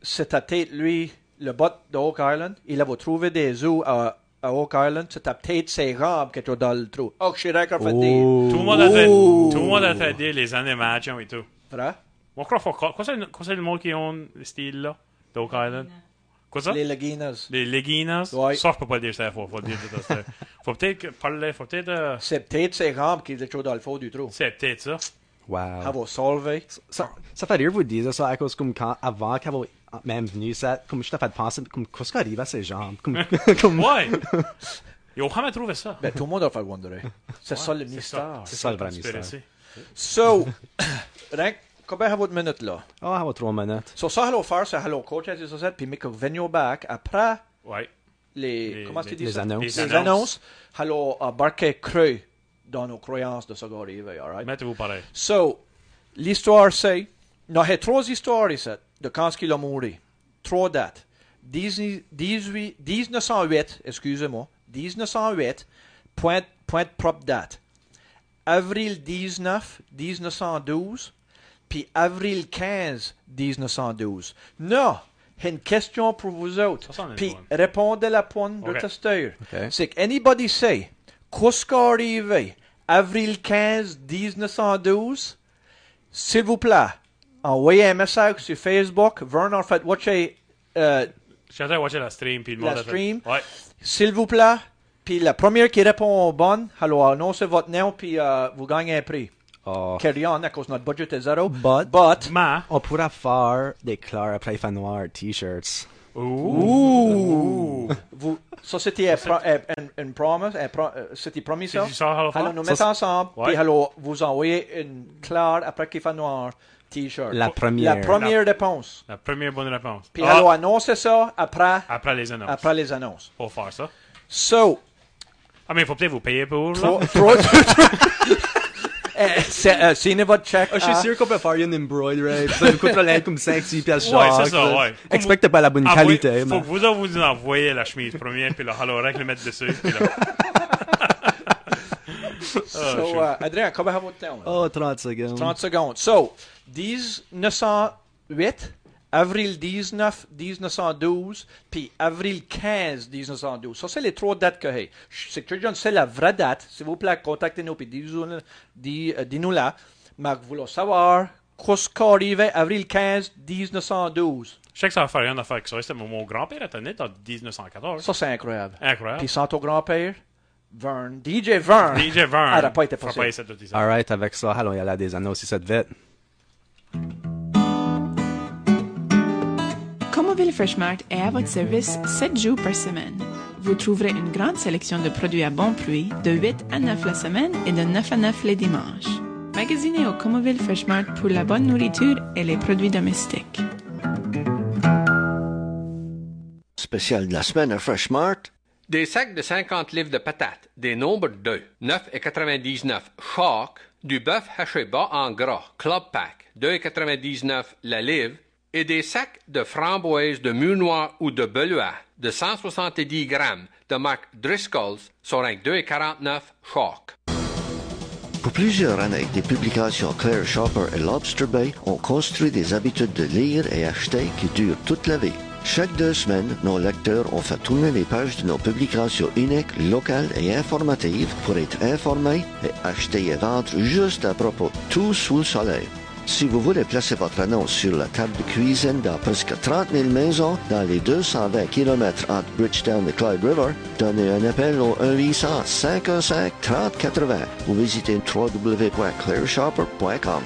c'est à tête, lui, le bot de Oak Island. Il avait trouvé des zoos à, à Oak Island. C'est à tête ses robes qui étaient dans le trou. Oh, que je suis rien qu'à faire dire.
Tout le monde a fait. Tout le monde a fait dire les animations et tout.
Vrai?
Moi, je crois faut- quoi, quoi c'est le- quoi c'est le monde qui ont ce style-là? Doak Island? Quoi ça?
Les
Les,
leguinas.
leguinas?
Ouais.
Ça, je peux pas dire ça, faut, faut dire ça. ça. faut peut-être que- parler, faut peut-être... euh,
C'est peut-être ses robes qui étaient dans le fond du trou.
c'est peut-être ça.
Wow.
Have a solvé.
Ça, ça fait rire vous dire ça à cause comme quand, avant qu'elle soit même venue, ça, comme je t'ai fait penser, comme, qu'est-ce qui arrive à ses jambes? Comme, comme,
Ouais! Ils ont jamais trouvé ça.
Ben, tout le monde a fait wonder. C'est ça le
C'est ça.
mystère.
c'est ça le vrai mystère.
Conspiracy.
So, rien que- combien avez votre minute là?
Oh, elle va trois minutes.
So, ça, hello faire, c'est hello coach, et ça, puis mais que venir back après
Ouais.
les,
Les-
comment tu
les-
dis
les
ça?
annonces.
Les annonces. Hello, embarquer creux dans nos croyances de ce qui arrive, alright?
Mettez-vous pareil.
So, l'histoire c'est, nous avons trois histoires ici, de quand est-ce qu'il a mouru. Trois dates. 18, 18 1908, excusez-moi, 1908, point, point de propre date. Avril 19, 1912, puis avril 15, 1912. Non, j'ai une question pour vous autres.
Ça, c'en est
Puis
une
répondez la pointe de
Ok.
testeur.
Ok.
C'est que anybody say, qu'est-ce qui est arrivé avril 15, 1912? S'il vous plaît, envoyez un message sur Facebook. Vernon, fait, watcher, euh,
Je suis en train de watcher la stream, puis le
La
monde a fait-
stream.
Ouais.
s'il vous plaît. Puis la première qui répond au bon, alors annoncez votre nom, puis euh, vous gagnez un prix.
Oh.
Carry on, à cause notre budget est zéro.
But-
But
Ma.
On pourra faire des Clara Playfa Noir t-shirts.
Ouh! Vous, ça, c'était un pro- un- un- une promise. un pro- euh, C'était promis, ça?
C'est du sort à la fois?
Alors, nous
Ah, Ça,
mettre
c'est-
ensemble,
Ouais.
puis alors, vous envoyez une claire après qu'il fait noir T-shirt.
Oh,
La
La
première.
première réponse.
La première bonne réponse.
Puis
Ah,
alors, annoncez ça après,
Après les annonces.
après les annonces.
Faut faire ça.
So,
Ah, mais faut peut-être vous payer pour, là. Ah,
trois, trois, Eh, c'est- euh, signez votre chèque.
Ah, je suis
à-
sûr qu'on peut faire une embroidery. Ça nous coûtera l'air comme 5-6 piastres chaque.
Ouais, c'est ça, ouais.
Expecte pas la bonne
Ah,
qualité,
oui,
mais...
faut que vous autres, vous envoyez la chemise première, puis le halo rack le mettre dessus, puis là.
Ah,
So,
sure.
euh, Adrien, comment va votre temps? là?
Oh, 30
Mm-hmm.
secondes.
30 secondes. So, 1908, avril 19, 1912, puis avril 15, 1912. Ça, c'est les trois dates que j'ai. Je- C'est que John, c'est la vraie date. S'il vous plaît, contactez-nous, puis dis-nous- dis- euh, dis-nous là. Mais vous voulez savoir qu'est-ce qui arrivait avril 15, 1912.
Je sais que ça va faire rien à faire avec ça. C'était mon, mon grand-père était né dans 1914.
Ça, c'est incroyable.
Incroyable.
Puis sans ton grand-père, Vern, DJ Vern.
DJ Vern.
Ah, ça n'a pas été
hein. Faut
possible.
essayer de tout ça.
Alright, avec ça, allons y aller à des anneaux si ça te vite.
Comoville Fresh Mart est à votre service 7 jours par semaine. Vous trouverez une grande sélection de produits à bon prix de 8 à 9 la semaine et de 9 à 9 les dimanches. Magasinez au Comoville Fresh Mart pour la bonne nourriture et les produits domestiques.
Spécial de la semaine à Fresh Mart.
Des sacs de 50 livres de patates, des nombres 2, 9 et 99 chaque, du bœuf haché bas en gras, club pack, 2 et 99 la livre, et des sacs de framboises de mûre noire ou de belois de 170 grammes de marque Driscoll's sont avec 2 et 49 chaque.
Pour plusieurs années, avec des publications Claire Shopper et Lobster Bay ont construit des habitudes de lire et acheter qui durent toute la vie. Chaque deux semaines, nos lecteurs ont fait tourner les pages de nos publications uniques, locales et informatives pour être informés et acheter et vendre juste à propos tout sous le soleil. Si vous voulez placer votre annonce sur la table de cuisine dans presque 30 000 maisons dans les 220 km entre Bridgetown et Clyde River, donnez un appel au 1-800-515-3080 ou visitez www.clearshopper.com.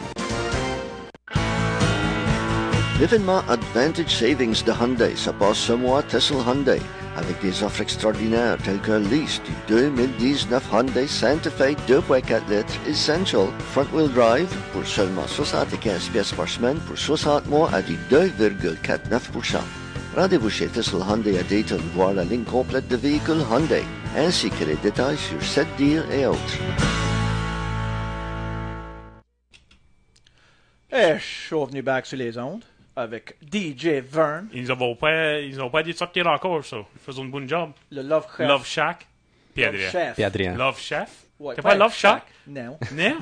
L'événement Advantage Savings de Hyundai se passe ce mois à Tessel Hyundai avec des offres extraordinaires telles que lease du 2019 Hyundai Santa Fe 2.4 litres Essential Front Wheel Drive pour seulement 75 pièces par semaine pour 60 mois à du 2,49%. Rendez-vous chez Tessel Hyundai à Dayton voir la ligne complète de véhicules Hyundai ainsi que les détails sur cette deal et autres.
Et Eh, je suis revenu back sur les ondes avec DJ Vern,
Ils nous ont pas, ils nous ont pas dit de sortir encore, ça. Ils faisaient une bonne job.
le Love Chef.
Love Shack, puis
Love
Adrien.
Chef.
Puis Adrien.
Love Chef?
Ouais, ben,
T'as pas Love Shack?
Non,
Non?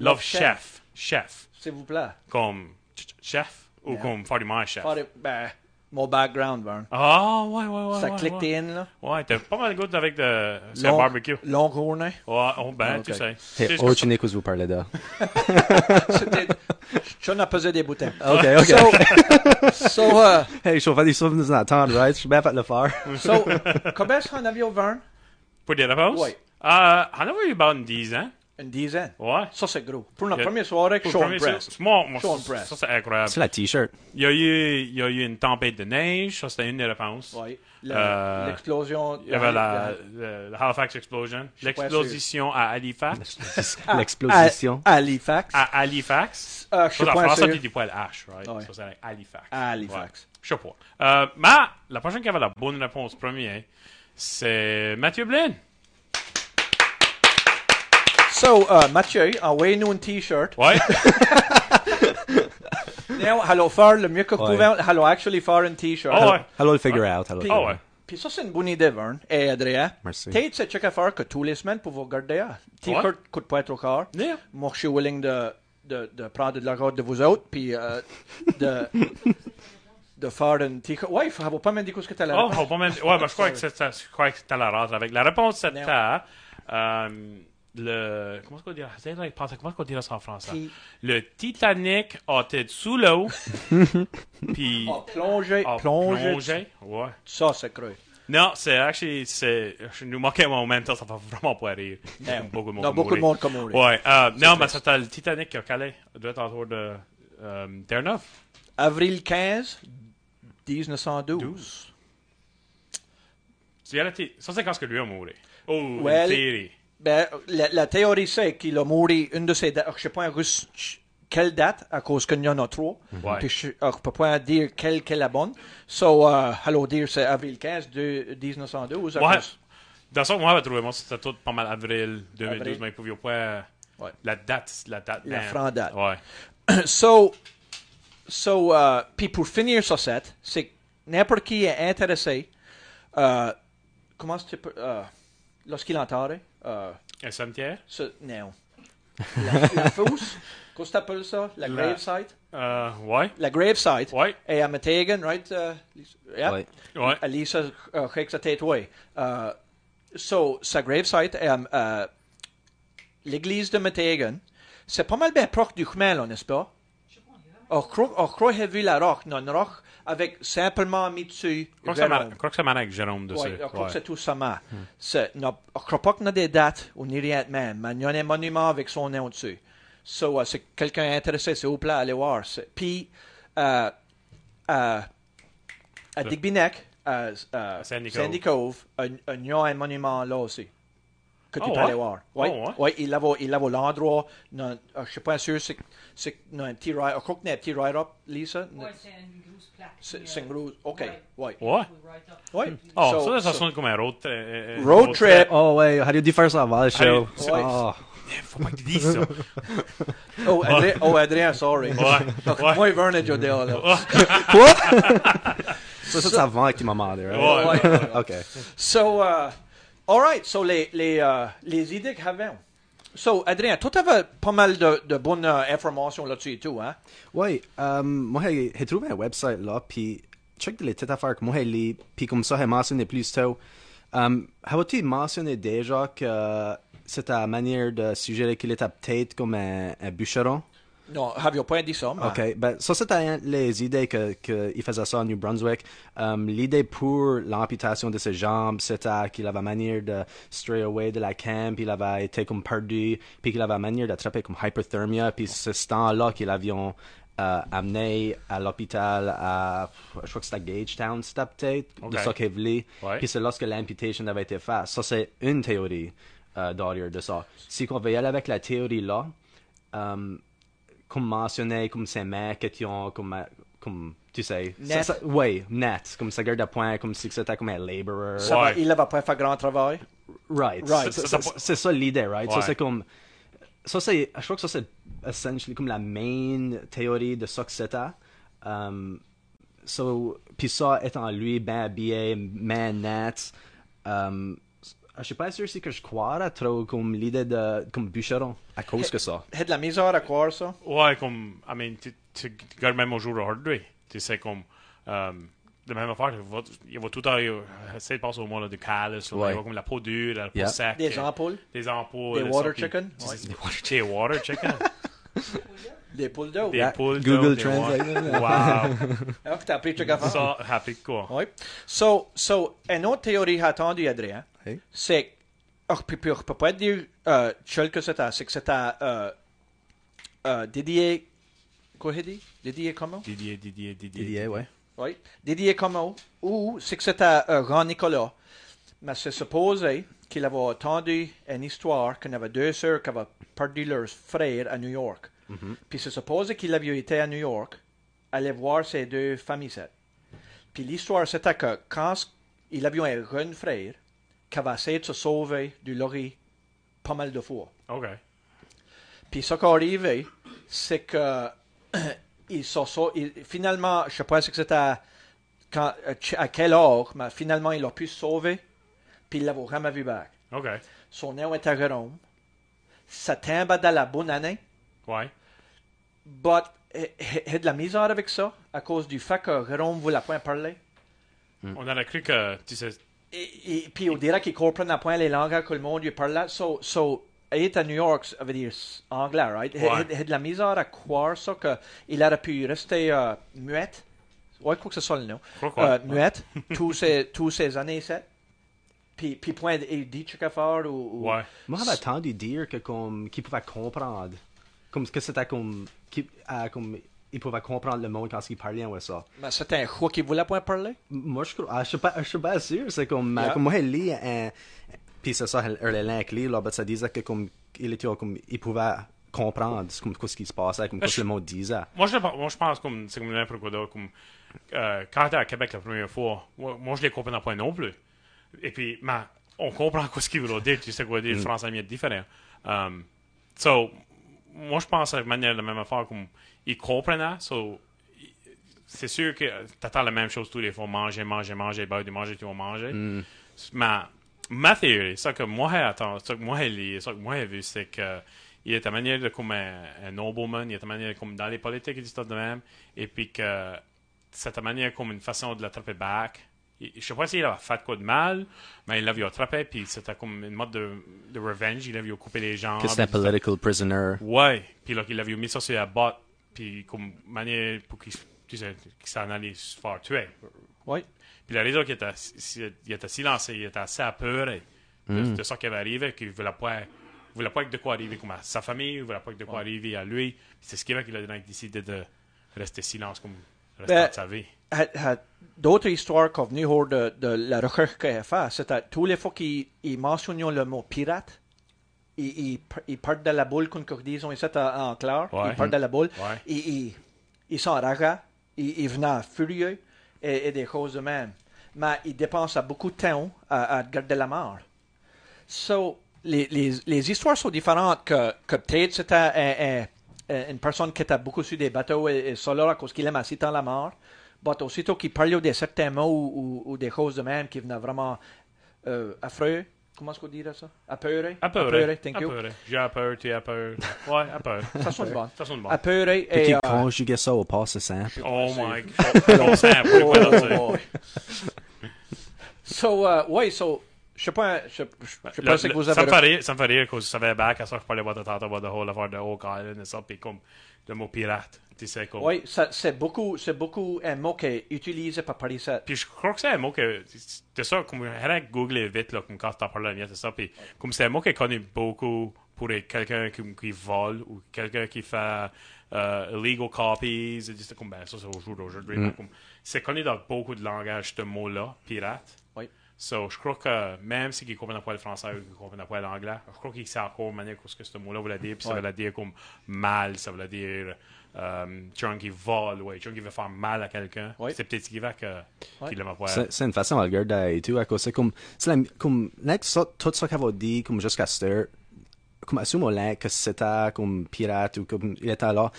Love Chef. Chef.
s'il vous plaît.
Comme ch- chef ou comme 40 chef?
Pas de- ben, mon background, Vern.
Ah, ouais, ouais, ouais.
Ça
ouais,
clique
ouais.
tes in, là.
Ouais, t'as pas mal de goût avec de... C'est un
Long-
barbecue. Ouais,
Long journée.
oh, ben,
Ah,
tu
ok.
sais.
Hey,
C'est
oh, tu n'es que vous parlez de.
C'était... Je n'ai pas des boutons.
Ah,
Ok, ok.
So, so, euh,
hey, je vais faire des choses nous entendre, right? Je suis bien fait de le faire.
so, comment est-ce qu'on avait au Vern?
Pour des réponses?
Ouais.
Euh, on avait eu about une 10 ans.
Une dizaine.
hein? Ouais.
Ça, c'est gros. Pour notre
Yeah.
première soirée avec
Pour le
Sean
premier, c'est-
Press.
Moi, moi,
Sean
ça-
Press.
Ça, c'est incroyable.
C'est la t-shirt.
Il y, a eu, il y a eu une tempête de neige, ça c'était une des réponses.
Oui.
Euh,
L'explosion. euh,
Il y avait la, le- le Halifax Explosion,
Je suis pas
l'explosion à Halifax.
Ah,
L'explosion.
à- à Halifax.
À Halifax.
Ah, je suis
Ça, en
pas
français,
sûr.
tu dis pas le H, right?
Ouais.
Ça c'est like Halifax.
À Halifax.
Ouais. Je sais pas. Euh, mais la personne qui avait la bonne réponse première, c'est Mathieu Blaine.
So, euh, Mathieu, envoyez-nous un t-shirt.
Ouais.
Now, allons faire le mieux que vous
Ouais.
pouvons. Allons actually faire un t-shirt.
Ah ouais.
Hello, le figure out. hello,
Ah
figure
ouais.
out.
Puis ça, c'est une bonne idée, Vern et Adrien.
Merci.
Peut-être c'est check à faire que tous les semaines pour vous regarder. ah, T-shirt
Ouais.
coûte pas trop car.
Yeah.
Moi, je suis willing de, de, de prendre de la garde de vous autres, puis euh, de, de faire une t-shirt. Ouais, il faut faut pas me dire ce que t'as là.
Oh, oh, pas mal. Ouais, ben, je crois que c'était je crois que c'était la race avec. La réponse c'était euh, le comment est-ce qu'on dit c'est là, il pense- comment est-ce qu'on dit ça en français
Qui-
Le Titanic a été sous l'eau. puis
Ah, plonger,
a
plonger.
plongé. Ouais.
Ça, c'est cru.
Non, c'est actually c'est je nous manquais mon mental, ça va vraiment pas rire. Il y a beaucoup de
Non,
qui
beaucoup de
mourir.
monde comme on dit.
Ouais, euh, non, mais c'était le Titanic qui a calé doit être autour de euh, Terre-Neuve.
Avril 15, 1912.
C'est la thé- Ça c'est quand ce que lui a mouru. Oh,
Well,
une théorie.
Ben, la, la théorie, c'est qu'il a mouru une de ces dates. Je sais pas en russe ch- quelle date, à cause qu'il y en a trois.
Ouais.
Puis je ne peux pas dire quelle quelle est la bonne. So, euh, hello dear, c'est avril 15, de 1912. à
Ouais.
cause-
Dans ça, moi, j'avais trouvé, moi, c'était tout pas mal avril 2012,
Avril.
mais ils pouvaient pas.
Ouais.
euh, La date, la date.
La
même.
franc date.
Ouais.
So, so euh, puis pour finir sur cette, c'est que n'importe qui est intéressé. Euh, comment tu peux. Euh, Lorsqu'il entend. Euh,
Un cimetière.
ce, non. La, la fosse, qu'est-ce que t'appelles ça? La,
La-
gravesite?
Euh, ouais.
La gravesite.
Ouais.
Et à Metagan, right? euh, yep.
Oh, Ouais.
Ouais.
À Lisa, euh, Craig, sa tête, ouais. Euh, so, sa gravesite est à euh, l'église de Metagan. C'est pas mal bien proche du chemin, là, n'est-ce pas? On croit, on croit avoir vu la roche, non, une roche avec simplement mis dessus.
Je crois que ça m'a-
Jérôme.
je crois que ça m'a avec Jérôme dessus.
Oui, je crois
Ouais.
que c'est tout ça. ma.
Hmm.
C'est- non, Je crois pas qu'on a des dates ou ni rien de même, mais il y en a un monument avec son nom dessus. So, euh, c'est quelqu'un intéressé, c'est au plat, allez voir. C'est- Puis, euh, euh, à Digby Neck, à euh,
Sandy
Sandy Cove, il y a un monument là aussi. Que tu
Ah
peux
ouais?
aller voir. Oui,
Ah ouais?
oui, il a il l'a vu l'endroit. non, euh, Je ne suis pas sûr, c'est c'est- non, un petit ride. Je crois qu'il y a un petit ride-up, Lisa.
Ouais, c'est une grosse plaque.
C'est
puis,
c'est
euh,
une grosse. OK,
ouais.
oui.
Ouais.
we write up.
Oui.
Oh,
So-
ça, ça
so-
sonne comme un road, euh, euh,
Road trip.
Oh, ouais, how do you differ ça avant le show?
c'est-
Ah.
Faut pas que tu dises ça.
Oh, Adrien, oh, Adrien, sorry.
Ouais. Ouais.
Moi, Vern et Jodell, là.
Quoi? ça, ça, c'est avant avec ma mère, right?
Ouais.
Ouais, ouais, ouais.
Ok.
So, uh, all right. So, les, les, euh, les idées qu'il avait. So, Adrien, toi, t'avais pas mal de, de uh, bonnes euh, informations là-dessus et tout, hein?
Ouais, euh, moi, j'ai j'ai trouvé un website là, puis check les petites affaires que moi, elle est, puis comme ça, elle mentionné plus tôt. Um, Avais-tu mentionné déjà que euh, c'est ta manière de suggérer qu'il était peut-être comme un, un bûcheron?
Non, Javier pas dit ça. mais-
OK. Ben, ça, c'était les idées que, que il faisait ça à New Brunswick. Um, L'idée pour l'amputation de ses jambes, c'était qu'il avait manière de stray away de la camp, il avait été comme perdu, puis qu'il avait manière d'attraper comme hypothermia, puis c'est ce temps-là qu'il l'avions euh, amené à l'hôpital à, je crois que c'était Gagetown, c'était peut-être,
OK.
de ça qu'il voulait.
Ouais.
Puis c'est lorsque l'amputation avait été faite. Ça, c'est une théorie euh, derrière de ça. Si on veut y aller avec la théorie-là, um, comme mentionné, comme ces mecs qui ont, comme, comme tu sais,
Net.
ça- ça- ouais, net, comme ça garde à point, comme si c'était comme un laborer.
Ça va,
Ouais.
il n'avait pas fait grand travail.
Right.
Right.
C'est-
Ça-
C'est
ça-
c'est ça l'idée, right? Ça,
Ouais.
c'est comme. Ça, c'est. Je crois que ça, c'est essentially comme la main théorie de ça que c'était. Um, so, puis ça, étant lui, ben habillé, ben net. Um, je suis pas sûr si que je crois à trop comme l'idée de. comme bûcheron, à cause que ça.
Il a de la misère à croire ça.
Ouais, comme, I mean, tu, tu regardes même au jour d'aujourd'hui. Tu sais, comme, euh, la même affaire, il va, il va tout le temps euh, essayer de passer au monde du callus, là,
Ouais.
il va comme la peau dure, la peau
Yeah.
sec.
Des
euh,
ampoules.
Des ampoules.
Des
ça,
er water
puis-
chicken,
Tu-
ouais.
Des er water- des water chicken. er
Des poules d'eau.
Des
Yeah,
poules.
Google
des
Translate,
wa- Wow.
Alors que t'as appris le truc avant.
Ça, happy quoi.
Oui. So, so, une autre théorie attendue, Adrien,
Hey.
c'est on peut, puis on peut pas dire euh, seul que c'était, c'est que c'était euh, euh, Didier, quoi il dit? Didier comment?
Didier, Didier, Didier.
L'idée, ouais.
Oui. Didier comment? Ou c'est que c'était euh, Jean Nicolas. Mais c'est supposé qu'il avait entendu une histoire qu'il y avait deux sœurs qui avaient perdu leurs frères à New York. Puis c'est supposé qu'il avait été à New York, aller voir ses deux familles. Puis l'histoire, c'était que quand ce- il avait un jeune frère qui avait essayé de se sauver du lorry pas mal de fois.
Ok.
Puis ce qui est arrivé, hein, c'est que ils sont, sor- ils- finalement, je sais pas si c'était à, quand, à quelle heure, mais finalement, il a pu se sauver, puis il l'a vraiment vu back.
Ok.
Son nom était Jérôme. Ça tombe dans la bonne année,
Ouais.
but il il a de la misère avec ça à cause du fait que Jérôme voulait pas en parler.
Mm.
On en a cru que, tu sais,
Et, et- puis on dirait qu'ils comprennent point les langues que le monde lui parle. So, so, il est à New York, ça veut dire s- anglais, right? Il-
Ouais.
Il il a de la misère à croire ça, qu'il aurait pu rester euh, muette. Ouais, quoi que ce soit le nom.
Pourquoi?
Euh, muette, tous ces, tous ces années, ça. Puis, puis point, il dit quelque chose ou... ou-
ouais.
Moi, j'avais entendu dire que comme qu'il pouvait comprendre, comme que c'était comme qu'il ah, comme il pouvait comprendre le monde quand il parlait ou ça.
Mais ben, c'était un choix qu'il voulait point parler.
M- Moi, je crois, ah, je suis pas, je suis pas sûr. C'est comme,
Yeah.
euh, comme moi, elle lit un, puis c'est ça, elle, elle est link lit là, mais ça disait que comme il était comme il pouvait comprendre ce- comme ce qui se passait, comme ce que le monde disait.
Ah,
Moi je, moi, je pense comme c'est comme n'importe quoi d'autre. Comme, euh, quand j'étais à Québec la première fois, moi, moi, je les comprenais pas non plus. Et puis, mais on comprend quoi ce qu'ils veulent dire. Tu sais quoi dire, le français est différent. Um, so, moi, je pense à la manière de la même affaire. Comme, ils comprenaient. So, i- c'est sûr que t'attends la même chose tous les fois. Manger, manger, manger, beurre de manger, tu vas manger. Ma, ma théorie, ça que moi, attends, ça que moi, j'ai lu, ça que moi, j'ai vu, c'est que il y a ta manière de comme un, un nobleman, il y a ta manière de, comme dans les politiques, il dit ça de même, et puis que c'est ta manière comme une façon de l'attraper back. Il- Je sais pas s'il a fait quoi de mal, mais il l'avait attrapé, puis c'était comme une mode de, de revenge, il l'avait coupé les jambes.
Que c'était un political prisoner.
Ouais, puis là, il l'avait mis ça sur la botte, puis comme manière pour qu'il tu sais, qu'il s'en allait se faire tuer.
Oui.
Puis la raison qu'il était, si- si- il était silencieux, il était assez apeuré de, de ça qui avait arrivé, qu'il voulait pas, il voulait pas que de quoi arriver comme à sa famille, il voulait pas que de quoi arriver à lui. Puis C'est ce qui fait qu'il a décidé de rester silence, comme rester
Ben,
de sa vie.
had- had d'autres histoires qu'on venait hors de, de la recherche qu'il a fait, c'était tous les fois qu'ils ils mentionnaient le mot pirate, ils, ils, par- ils partent de la boule, comme ils disent, on essaie en, en clair,
Ouais.
ils partent de la boule,
Ouais.
ils, ils, ils s'enragaient, ils, ils venaient furieux et, et des choses de même. Mais ils dépensent beaucoup de temps à, à garder la mort. So, les, les, les histoires sont différentes que, que peut-être c'était un- un- un- une personne qui était beaucoup sur des bateaux et, et ça là, à cause qu'il aime assez tant la mort. Mais aussitôt qu'il parlait de certains mots ou, ou- ou des choses de même qui venaient vraiment euh, affreux, Comment est-ce qu'on dirait ça? Apeuré?
Apeuré.
thank you.
Apeuré. J'ai peur, tu as peur. Ouais, apeuré.
Ça sonne bon.
Ça sonne bon.
Apeuré
Puis
et...
qui
euh,
conjuguait ça au passé hein, simple.
Oh my god. Bon sang, vous pouvez pas dire.
Oh, boy. so, euh, ouais, so, je sais pas, je, je, je sais pas ce
Le-
que vous
le- ça, me fait
avez...
rire, ça me fait rire que je savais back à ça que je parlais de tantôt de whole affaire de Oak Island et ça, puis comme le mot pirate, tu sais, comme.
Oui, c'est beaucoup, c'est beaucoup un mot qui est utilisé par Paris 7.
Puis je crois que c'est un mot que. C'est ça, comme rien que googler vite, là, comme quand t'en parles la mienne, c'est ça. Puis comme c'est un mot qui est connu beaucoup pour les- quelqu'un qui, qui vole ou quelqu'un qui fait euh, illegal copies. Et c'est comme, ben, ça, c'est au jour d'aujourd'hui.
Mm.
mais comme, C'est connu dans beaucoup de langages, ce mot-là, pirate.
Oui.
So, je crois que même si ils comprennent pas le français ou qu'ils comprennent pas l'anglais, je crois qu'ils savent encore une manière ce que ce mot-là voulait dire. Puis ça
Ouais.
voulait dire comme mal, ça voulait dire euh, quelqu'un qui vole, ouais, quelqu'un qui veut faire mal à quelqu'un.
Ouais.
C'est peut-être ce qui va que
Ouais.
qu'il aimait pas.
C'est c'est une façon à regarder et tout, à cause c'est comme, c'est la, comme, like, ça, tout ce qu'elle a dit, comme jusqu'à cette heure, comme, assume au lac que c'était comme pirate ou comme il était là.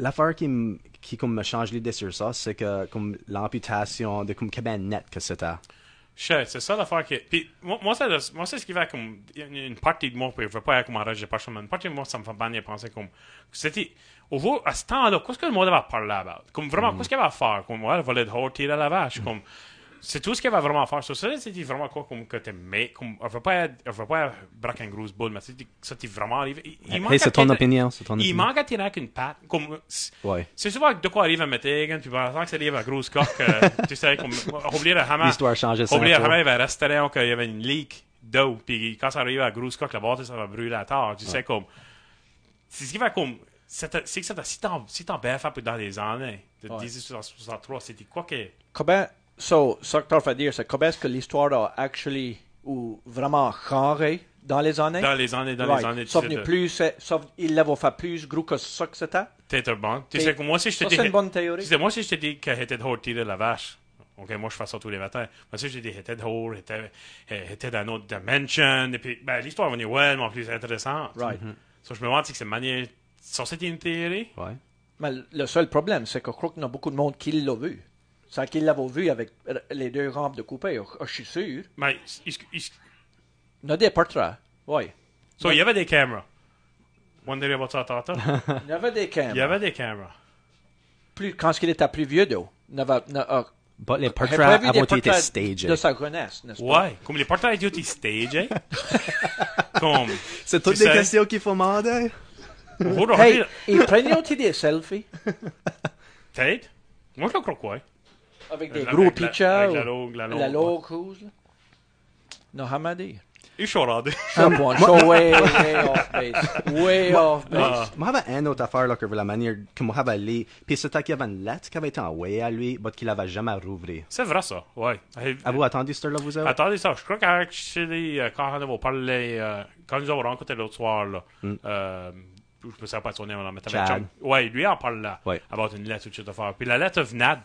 L'affaire qui, me- qui comme, me change l'idée sur ça, c'est que, comme, l'amputation de, comme, cabane net que c'était.
Je sais, c'est ça l'affaire qui. Puis moi, moi, c'est le- moi, c'est ce qui va comme. Une, une partie de moi, puis je veux pas comment j'ai pas mais une partie de moi, ça me fait banner penser comme. C'était. Au jour, à ce temps-là, qu'est-ce que le monde va parler about? Comme vraiment,
Mm.
qu'est-ce qu'elle va faire? Comme, ouais, elle va le dehors, tirer à la vache. Comme, c'est tout ce qu'elle va vraiment faire. So, ça, c'était vraiment quoi? Comme, que t'es mais, comme, elle veut pas être, elle veut pas braquer une grosse boule, mais c'était- ça, t'es vraiment arrivé. Il- il
Hey,
manque
c'est ton
peut-être-
opinion, c'est ton
Il
opinion.
manque à tirer avec une patte. Comme, c'est-
Ouais.
c'est souvent de quoi arrive à Metegan, puis pendant que ça arrive à grosse coque, euh, tu sais, comme, oublier le hammer.
L'histoire changeait ça,
Oublier le
toi.
hammer, il va rester là, qu'il y avait une leak d'eau, puis quand ça arrive à grosse coque, la bâtisse, ça va brûler à terre. Tu sais, comme, c'est ce qui va comme, c'était- c'est que ça, t'a- si t'en, si t'en BFA dans les années, de
Ouais.
1863, c'était quoi que,
Comment, so, ça que t'as fait dire, c'est comment est-ce que l'histoire a actually, ou vraiment changé dans les années?
dans les années, dans les
Right.
années, tu
Sauf
sais,
ni
de-
plus, c'est- sauf il l'avait fait plus gros que ça que c'était.
t'es un bon. Tu
T'es-
sais, comme moi, si je te
Ça,
dis,
c'est une bonne
tu
théorie.
sais, moi, si je te dis qu'elle était dehors tirée de la vache, ok, moi, je fais ça tous les matins. Moi, si je te dis qu'elle était dehors, elle était, elle était dans une euh, autre dimension, et puis, ben, l'histoire va venir, ouais, mais en plus intéressante.
Right.
So, je me demande si c'est une manière, ça, c'était une théorie?
Ouais.
Mais le seul problème, c'est que je crois qu'il y a beaucoup de monde qui l'a vu. C'est qu'ils l'avaient vu avec euh, les deux rampes de coupé, oh, oh, je suis sûr.
Mais, il- il- il-
Il y en a des portraits, oui.
so, il y avait des caméras. Wonder about ça, tantôt.
Il y avait des
Il y
caméras.
avait des caméras.
Plus, quand il était plus vieux, d'eau, il n'avait il n'a- ah,
But les
j'ai
portraits
pas vu
avant
des
été
portraits
staged.
de sa jeunesse, n'est-ce pas?
Ouais, comme les portraits étaient stage, hein? Comme,
C'est
toutes
toutes
Tu des
des
sais-
questions
questions
qu'il faut demander.
aujourd'hui,
Hey, ils prenaient aussi des selfies
peut-être. Moi, je le crois, quoi. hein?
avec des
Avec
gros
la-
pitchers.
avec la
ou-
longue, la longue,
La
ouais.
longue cruise, là. Non, à me dire.
Il chorade.
Ça,
Ah,
bon, so way, way off base. Way off
Ah.
base.
Moi, j'avais une autre affaire, là, que la manière que moi, j'avais allé. Puis c'était qu'il y avait une lettre qui avait été envoyée à lui, mais qu'il n'avait jamais rouvri.
C'est vrai, ça. Ouais.
Avez-vous attendu cette là vous avez?
Attendez ça, je crois qu'actually, euh, quand on avait parlé, euh, quand nous avons rencontré l'autre soir, là, euh, je me souviens pas de son nom, là, mais t'avais
Mm. Chad.
Chad. Ouais, lui en parle là,
Ouais.
about une lettre ou quelque chose d'affaire. Puis la lettre venait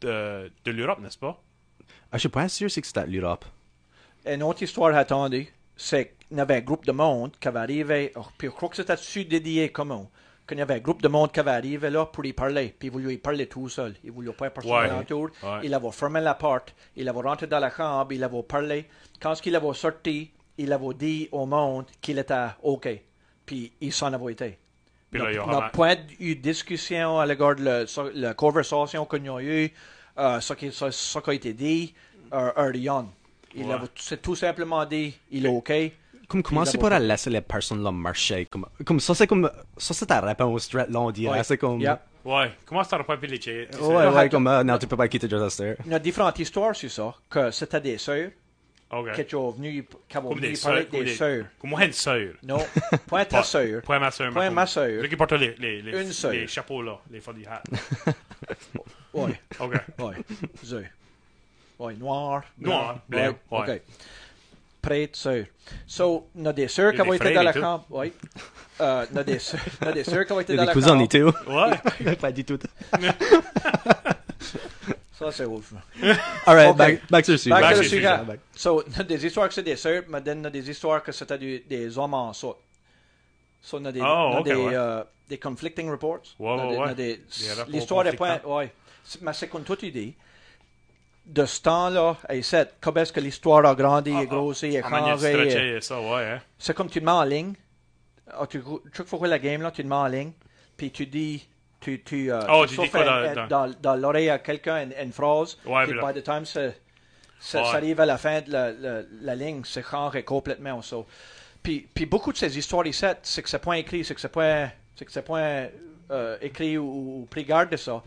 de, de l'Europe, n'est-ce pas?
Ah, je suis pas sûr si c'était l'Europe.
Une autre histoire à attendre, c'est qu'il y avait un groupe de monde qui avait arrivé, oh, puis je crois que c'était dessus dédié comment, qu'il y avait un groupe de monde qui avait arrivé là pour y parler, puis ils voulaient y parler tout seul, ils voulaient pas personne
Ouais.
alentour,
Ouais.
ils avaient fermé la porte, ils avaient rentré dans la chambre, ils avaient parlé, quand ils avaient sorti, ils avaient dit au monde qu'il était OK, puis ils s'en avaient été.
Puis
Il
là, il y
n'y
a
a
vraiment-
pas eu de discussion à l'égard de la, sur la conversation qu'on a eue, euh, ce, qui, ce- ce qui a été dit, euh, early on. Il
Ouais.
a c'est tout simplement dit, il est OK.
Comme comment
Ils
c'est
l'avaient
pour laisser les personnes là marcher? Comme, comme ça, c'est comme. Ça, c'est ta réponse straight là, on dirait.
Ouais.
C'est comme.
Yeah.
Ouais, comment ça t'aurait pas pu les tirer, tu sais?
Ouais,
Ouais.
ouais, comme. euh, non, tu peux pas quitter Josester.
Il y a différentes histoires sur ça, que c'était des sœurs,
Ok.
qui sont venues, qui ont
Comme
venu
des
parler
sœurs.
des, sœurs.
Comme moi, une sœur.
Non, point ta
Pas-
sœur.
Point ma sœur.
Point
comme-
ma sœur.
Ceux qui portent les, les, les,
Une sœur.
les chapeaux là, les funny hats.
Oui,
Ok.
oui, oui. Oui, noir.
Noir, blanc,
ouais,
ouais.
OK. Prêtre, sœur. So, il y a des sœurs
Il y
qui
a
ont
des
été
frères
dans
et
la
tout.
camp. Oui. Euh, Il y a des sœurs il y a des sœurs qui ont été
Il y
dans
a des
la
cousins
camp.
et tout.
Ouais.
pas du tout.
Ça, c'est ouf.
Alright,
Ok.
back, back to the sujet.
ben, Back to
to
the
the
sujet.
Back.
So, on a des histoires que c'est des sœurs, mais then on a des histoires que c'était du- des hommes en saut. So, on a des,
Oh,
on a
ok,
des,
ouais.
euh, des conflicting reports.
Ouais,
On a
ouais,
des- on a
ouais.
des-
Des rapports
L'histoire est pas.
conflictants.
Ouais. C'est- Mais c'est comme toute idée. de ce temps-là à ici, comment est-ce que l'histoire a grandi, et grossi, et
Ah, En manière de
carré, et-
stretcher et ça, ouais. hein.
C'est comme tu le mets en ligne. Ah, tu, chaque fois que la game, là, tu le mets en ligne, puis tu dis... Tu, tu, euh,
Oh, tu dis
souffles
quoi
un-
dans-
un- dans, dans l'oreille à quelqu'un une, une phrase,
Ouais,
puis
puis là-
by the time ça, ça,
Ouais.
ça arrive à la fin de la, la- la ligne, c'est carré complètement. ça. Puis, puis beaucoup de ces histoires ici, c'est que c'est pas écrit, c'est que c'est pas, c'est que c'est pas euh, écrit ou, ou pris garde de ça.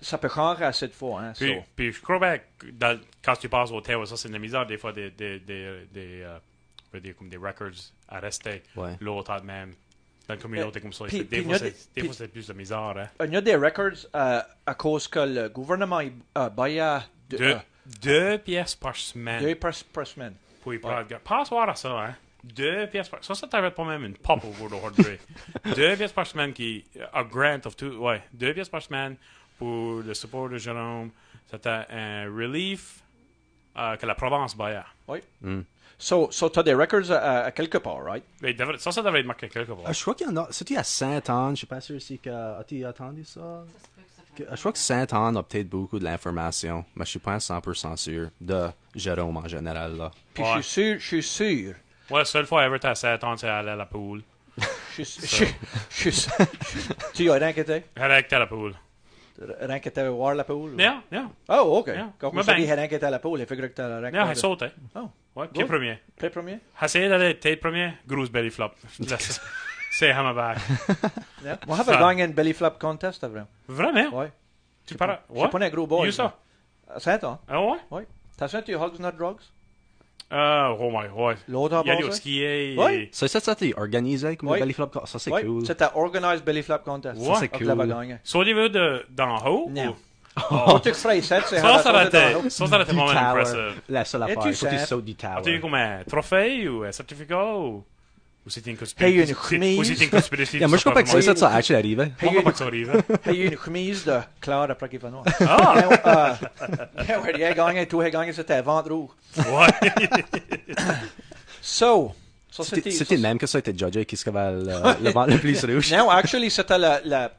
Ça peut carrer à cette fois. Hein,
Puis,
so.
puis je crois bien que dans- quand tu passes au terre, ça c'est de la misère des fois des, des, des, des, euh, on peut dire comme des records à rester
Ouais.
longtemps de même. Dans la communauté
Euh,
comme ça.
puis-
c'est- des
puis il
fois,
y a des-
c'est- des
puis-
fois, c'est plus de misère. Hein.
Il y a des records euh, à cause que le gouvernement il, euh, baille à deux,
Deux,
euh,
deux pièces par semaine
deux par- par semaine.
pour y prendre. Passe voir à ça. Hein. Deux pièces par Ça, ça t'arrête pas même une pop au bout de Hordre. deux pièces par semaine qui. A grant of two. Ouais. Deux pièces par semaine pour le support de Jérôme. C'était un relief euh, que la province baillait.
Oui. So, so tu as des records à, à quelque part, right?
Mais devrait- Ça, ça devrait être marqué quelque part.
Ah, je crois qu'il y en a. C'était à Sainte-Anne, je suis pas sûr si. que- As-tu attendu ça? Que- Je crois que Sainte-Anne a peut-être beaucoup de l'information, mais je suis pas à 100% sûr de Jérôme en général. Là.
Puis
Ouais.
je suis sûr, je suis sûr,
Ouais, la seule fois ever t'as 7 ans, t'es allé à la poule.
je suis je suis- je suis Tu as rien que t'es?
Allé à la poule.
Rien que t'es voir la poule? ou-
Non, non,
Oh, OK.
Yeah.
Quand on
Mais
s'est
ben-
dit rien que t'es la poule, il fait que t'as rien
non, elle
que
saute, hein.
Oh,
Ouais, qui est
Good.
premier?
t'es premier?
Essayez d'aller, t'es premier, grosse belly flop. Laisse- C'est hammerback.
Yeah. Moi, j'avais
Ça-
gagné un belly flop contest, avant.
Vraiment?
Ouais.
Tu parles.
J'ai pas un gros boy.
You ça?
À Saint-Anne,
Ah ouais?
oui. T'as senti Hugs Not Drugs?
Ah, oh my, ouais.
L'autre en
Il y a du
bas, ça?
ski et.
Ouais.
Ça, ça, ça, t'es organisé comme
Oui.
le Belly Flop. Co- Ça, c'est
Oui,
cool.
C'était organised belly flop contest.
Ouais. Ça, c'est
Ah, que l'avais
cool.
gagné.
Soit il veut de- d'en haut?
Non.
ou-
Quand tu ferais ça, c'est
Ça,
Harry
ça aurait
Potter dans
été.
l'eau.
Ça, ça aurait été
Du
vraiment
tower.
impressive.
La seule
Et
affaire,
tu
faut que tu
sais.
sautes du tower.
As-tu eu comme un trophée ou un certificat ou. Ou c'était
Hey,
une
une
conspiration? Ou c'était une
chemise.
conspiration?
Yeah, moi, je crois pas que
ça,
c'est
ça,
ça,
ça,
ça, actually arrivé.
Hey,
Je crois
une-
pas que ça arrive.
J'ai eu une chemise de Claire après qu'il fait noir.
Ah!
Ben oui, j'ai gagné, tout j'ai gagné, c'était ventre rouge.
Ouais!
So, ça
C'était
c'était...
c'était le même que ça, était judgé qui se va le, le vent le plus rouge.
Non, actually, c'était la, la,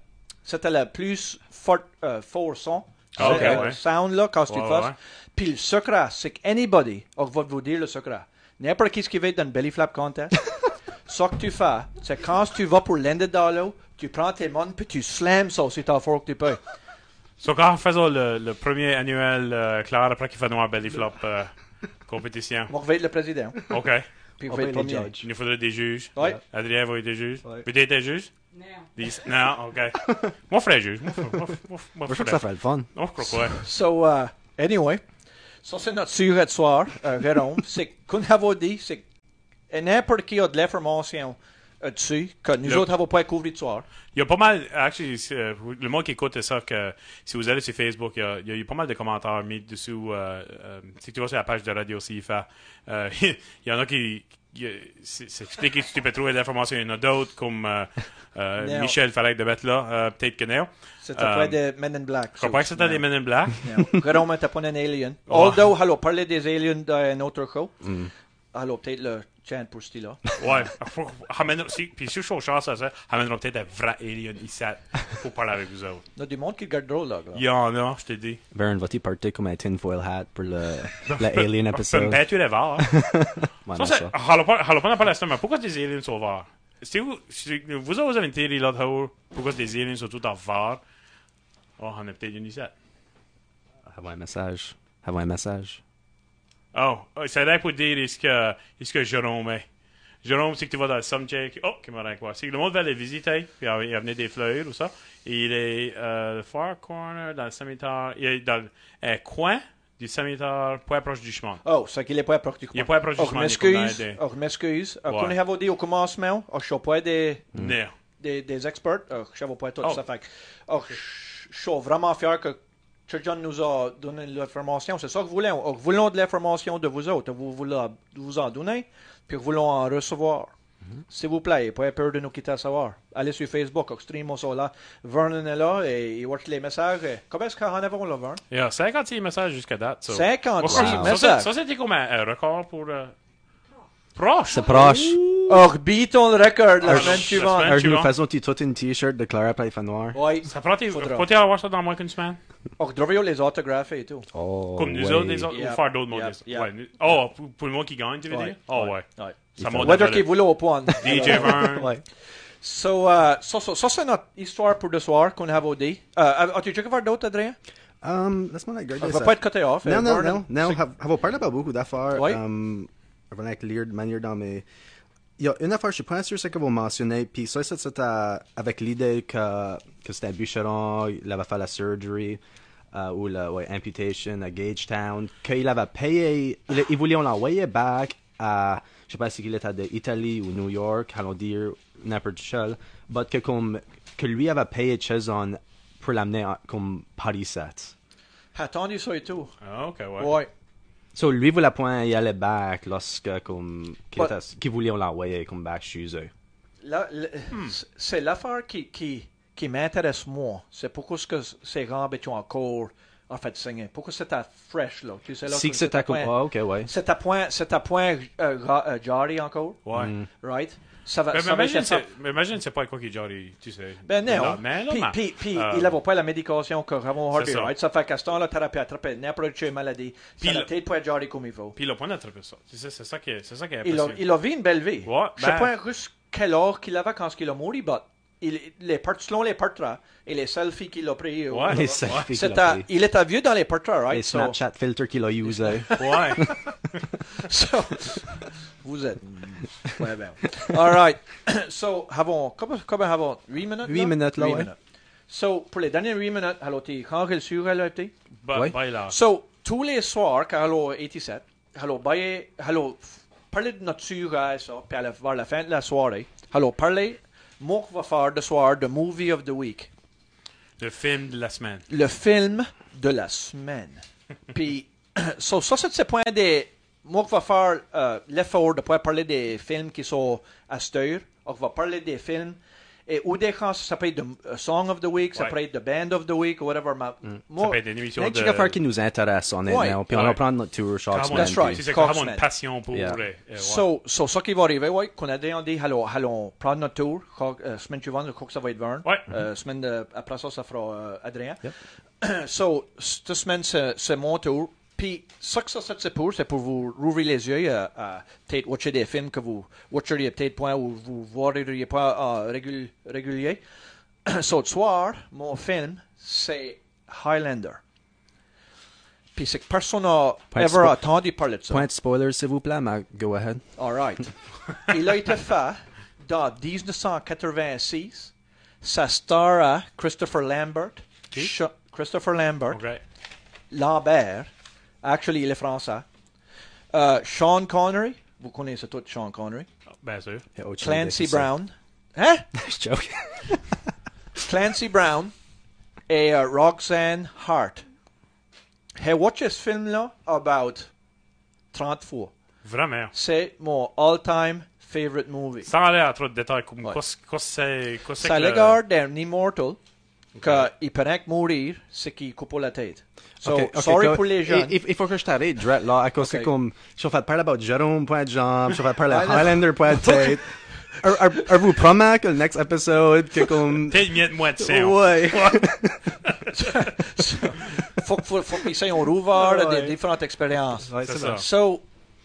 c'était la plus forte euh, fort son.
Ah, ok,
C'est, euh,
ouais.
Sound là, quand tu
Ouais,
le
ouais.
fasses. Puis le secret, c'est que anybody on va vous dire le secret. N'importe qui ce qui va être dans le belly flap contest, ce que tu fais, c'est quand tu vas pour l'ended dans l'eau, tu prends tes mains puis tu slams ça aussi ta force que tu peux.
So, quand on faisait le, le premier annuel euh, Claire après qu'il fait noir belly flop euh, compétition,
Moi, je vais être le président.
OK.
Puis je
On
vais être
va être
premier.
les judges.
Il nous faudrait des juges.
Ouais.
Adrien va être des juges.
Ouais.
Peut-être des juges?
Nou
Non. Non, OK. moi, je ferais juge. Moi, je ferais- moi, je- moi, je- moi, je
Je crois que
ferais.
ça ferait le fun.
Non, je crois pas.
So, uh, anyway, ça c'est notre sujet de soir, euh, Jérôme. c'est qu'on a dit, c'est que n'importe qui a de l'information euh, dessus, que nous
Le-
autres n'avons pas à couvrir de soir.
Il y a pas mal, actually, c'est, euh, le monde qui écoute ça, que si vous allez sur Facebook, il y a, il y a eu pas mal de commentaires mis dessous. euh, euh, si tu vas sur la page de Radio CIFA, euh, il y en a qui. qui, euh, c'est- c'est expliqué si tu peux trouver de l'information. Il y en a d'autres comme euh, euh,
Non.
Michel fallait de mettre là, euh, peut-être que non.
C'est
Euh,
après des Men in Black.
Je crois pas que c'était des Men in Black.
in Jérôme était pas un alien.
Oh. Mm.
Although, allô, parler des aliens dans un autre show. Allô, peut-être le chant pour ce là
ouais. Faut- ramène- si- Puis si je suis au char, ça, ça ramènera peut-être un vrai alien ici pour parler avec vous autres.
Il y a du monde qui le garde drôle, là. là.
Il y en a, je te dis.
Vern, vas-tu partir comme un tinfoil hat pour le, le Alien
Ça me
episode?
pète les hein. verres.
Ouais,
Ça,
non,
c'est. Jalapeno Jalapeno pas la semaine, mais pourquoi er des aliens sont verts? Si vous, si vous vous avez une théorie là-haut, pourquoi er des aliens sont tout en verts? Oh, on a peut-être une ici.
Avoir un message. Avoir un message.
Oh, oh, c'est là pour dire est-ce que, est-ce que Jérôme est. Jérôme, c'est que tu vas dans le Sumcheck. Oh, qui m'a rien quoi. C'est que le monde va le visiter, puis il y amené des fleurs ou ça. Et il est euh, le far corner er dans le cimetière. Il est dans un coin du cimetière, pas proche er du chemin.
Oh, c'est qu'il est pas approche du
Il est pas approche du
Oh, je
chemin, il est
m'excuse.
comme dans des-
Oh, je m'excuse. Euh,
Ouais.
Comme j'avais dit au commencement, oh, je suis pas des...
Non.
des, des experts. Euh, je savais pas tout
Oh.
ça. Fait que, oh, je je suis vraiment fier que Sir John nous a donné l'information. C'est ça que voulons. Oh, voulons de l'information de vous autres. Vous voulons vous en donner, puis voulons en recevoir.
Mm-hmm.
S'il vous plaît, pas peur de nous quitter à savoir. Allez sur Facebook, oh, stream ça là. Vernon est là et il watch les messages. Et Comment est-ce qu'on en avons là, Vern?
Il y a 56 messages jusqu'à date. ça.
56
Ça, c'est-
messages.
Ça, c'était comme un, un record pour. euh, Proche.
C'est proche.
Orbi ton record la
Ah,
semaine
la
suivante.
semaine-
Alors, nous
suivant.
faisons toute une t-shirt de Clara Playfa Noir.
Ouais,
Ça prend tes-
Faudra.
faut-il avoir ça dans moins qu'une semaine?
on devrait y les autographer et tout.
Oh,
Comme nous
ouais.
autres, les autres,
Yep,
ou faire d'autres
yep,
mondes.
yep.
Ouais, nous- Oh, pour, pour le monde qui gagne, tu veux
Ouais,
dire? Oh, ouais.
Ouais.
Ça monte
Weather qui
le-
voulait au point.
DJ Vern.
Ouais.
So, euh, ça, ça, ça, c'est notre histoire pour le soir qu'on a au dé. Euh, as-tu checké voir d'autres, Adrien?
Um, laisse-moi regarder
On
ça.
va pas être côté off.
Non,
euh,
non,
Vernon.
non. Non, ha- ha- on parle pas beaucoup d'affaires.
Oui.
Um, avant avec lire de manière dans mes... Il y a une affaire, je suis pas sûr c'est que vous mentionnez, puis ça, ça, c'était avec l'idée que, que c'était à Boucheron, il avait fait la surgery, euh, ou la ouais, amputation à Gagetown, qu'il avait payé, il, il voulait l'envoyer back à, je sais pas si il était d'Italie ou New York, allons dire, n'importe quel, mais que, comme, que lui avait payé chez on pour l'amener en- comme Paris 7.
Attendu ça et tout.
Ah, ok, ouais.
Ouais.
So, lui voulait point y aller back lorsque, comme, qu'il
Ouais.
était- qu'il voulait on l'envoyer comme back chez eux.
Là, le- C'est l'affaire qui, qui, qui m'intéresse moi. C'est pourquoi ce que ces rames étaient encore en fait signées. Pourquoi c'était fresh là. Tu sais, là
Si que c'était comme,
point-
ah, ok, ouais.
C'est à point, c'est à point euh, ra- euh, jarry encore,
Ouais.
Mm.
right? Ça va,
Mais, mais
ça va
imagine,
être ça.
c'est, mais imagine, c'est pas quoi qui genre, il- tu sais.
Ben non.
Là, mais là,
Puis,
mais-
puis, puis
euh,
il n'avait pas la médication que Ramon Hardy,
C'est ça.
right? Ça fait qu'à ce temps-là, thérapie attrapé n'importe quelle maladie.
Puis
Puis la
le-
tête pour être jarry comme il faut.
Puis il a pas d'attraper ça. Tu sais, c'est ça qui est, c'est ça qui est
Il a,
impressionnant.
il a vu une belle vie.
Ouais,
Je sais
ben-
pas un russe quel or qu'il avait quand il a mouru, but il, les portes, selon les portraits et les selfies qu'il a pris. euh,
Ouais,
Les
ouais.
selfies qu'il
c'est
a
à-
pris.
il était vieux dans les portraits, right?
Les
So-
Snapchat filters qu'il a usés.
Ouais.
so, vous êtes. Ouais, ben. All right. So, avons, comment, comment avons 8 minutes?
Huit minutes, là,
Huit
ouais.
minutes. So, pour les dernières 8 minutes, alors, t'es quand elle sur E elle, a été?
Bah,
Ouais.
bah, il a-
So, tous les soirs, quand Halo 87, Halo, baillez, Halo, f- parlez de notre sujet, ça, puis à la, vers la fin de la soirée, Halo, parlez, moi, qu'on va faire de soir, de movie of the week,
Le film de la semaine.
le film de la semaine. puis, so, ça, c'est ce point des. Moi, qu'on va faire euh, l'effort de pouvoir parler des films qui sont à cette heure, on va parler des films. Et, ou des cas, ça peut être de euh, Song of the Week, ça
Ouais. Mm.
peut être de Band of the Week, ou whatever. ma- moi-
Ça peut être une émission
Une
de...
petite affaire qui nous intéresse, honnêtement.
Ouais.
Puis on va
Ouais.
prendre notre tour chaque
Come on,
semaine.
That's right.
Tu sais,
Chaque
comme une
semaine.
passion pour...
Yeah.
euh, euh, ouais.
So, so, ça qui va arriver, ouais, qu'on a dit, on dit, allons, allons prendre notre tour. Quand, euh, semaine suivante, je crois que ça va être Vern.
Ouais. Mm-hmm.
Euh, semaine de- après ça, ça fera euh, Adrien. so, cette semaine, c'est c'est mon tour. Puis, ça que ça, ça, c'est pour, c'est pour vous rouvrir les yeux euh, à peut-être watcher des films que vous watcheriez peut-être point ou vous voiriez pas euh, régul- régulier. so, ce soir, mon film, c'est Highlander. Puis, c'est que personne n'a
Point de
ever
spo-
entendu parler de ça.
Point de spoiler, s'il vous plaît, mais go ahead.
All right. Il a été fait dans 1986. Sa star à Christopher Lambert. Cha- Christopher Lambert.
OK.
Lambert. Actually, il est français. Euh, Sean Connery. Vous connaissez tous Sean Connery.
Bien sûr.
Il y a autre chose
Clancy
qui s'est-
Brown. Hein?
Je joke.
Clancy Brown et euh, Roxanne Hart. J'ai watché ce film-là about 30 fois.
Vraiment.
C'est mon all-time favorite movie.
Sans aller à trop de détails, comme
Ouais.
qu'est-ce qu'est-ce que c'est... qu'est-ce
Ça
que le-
l'égard d'un immortal qu'il paraît que mourir, c'est qu'il coupe la tête. So,
Ok, ok,
sorry
go-
pour les jeunes.
Il, il- il faut que je t'arrête, Dredd, là, à cause
Ok.
que comme, je vais faire parler about Jérôme, point de jambe, je vais parler
Ah, non.
Highlander, point de tête. Ar- ar- ar- vous promet que le next episode, que comme...
T'es une miette moite, c'est...
Ouais.
faut, faut, faut qu'ils soient ouverts à
Ah Ouais.
des différentes expériences.
Ouais,
C'est ça.
So,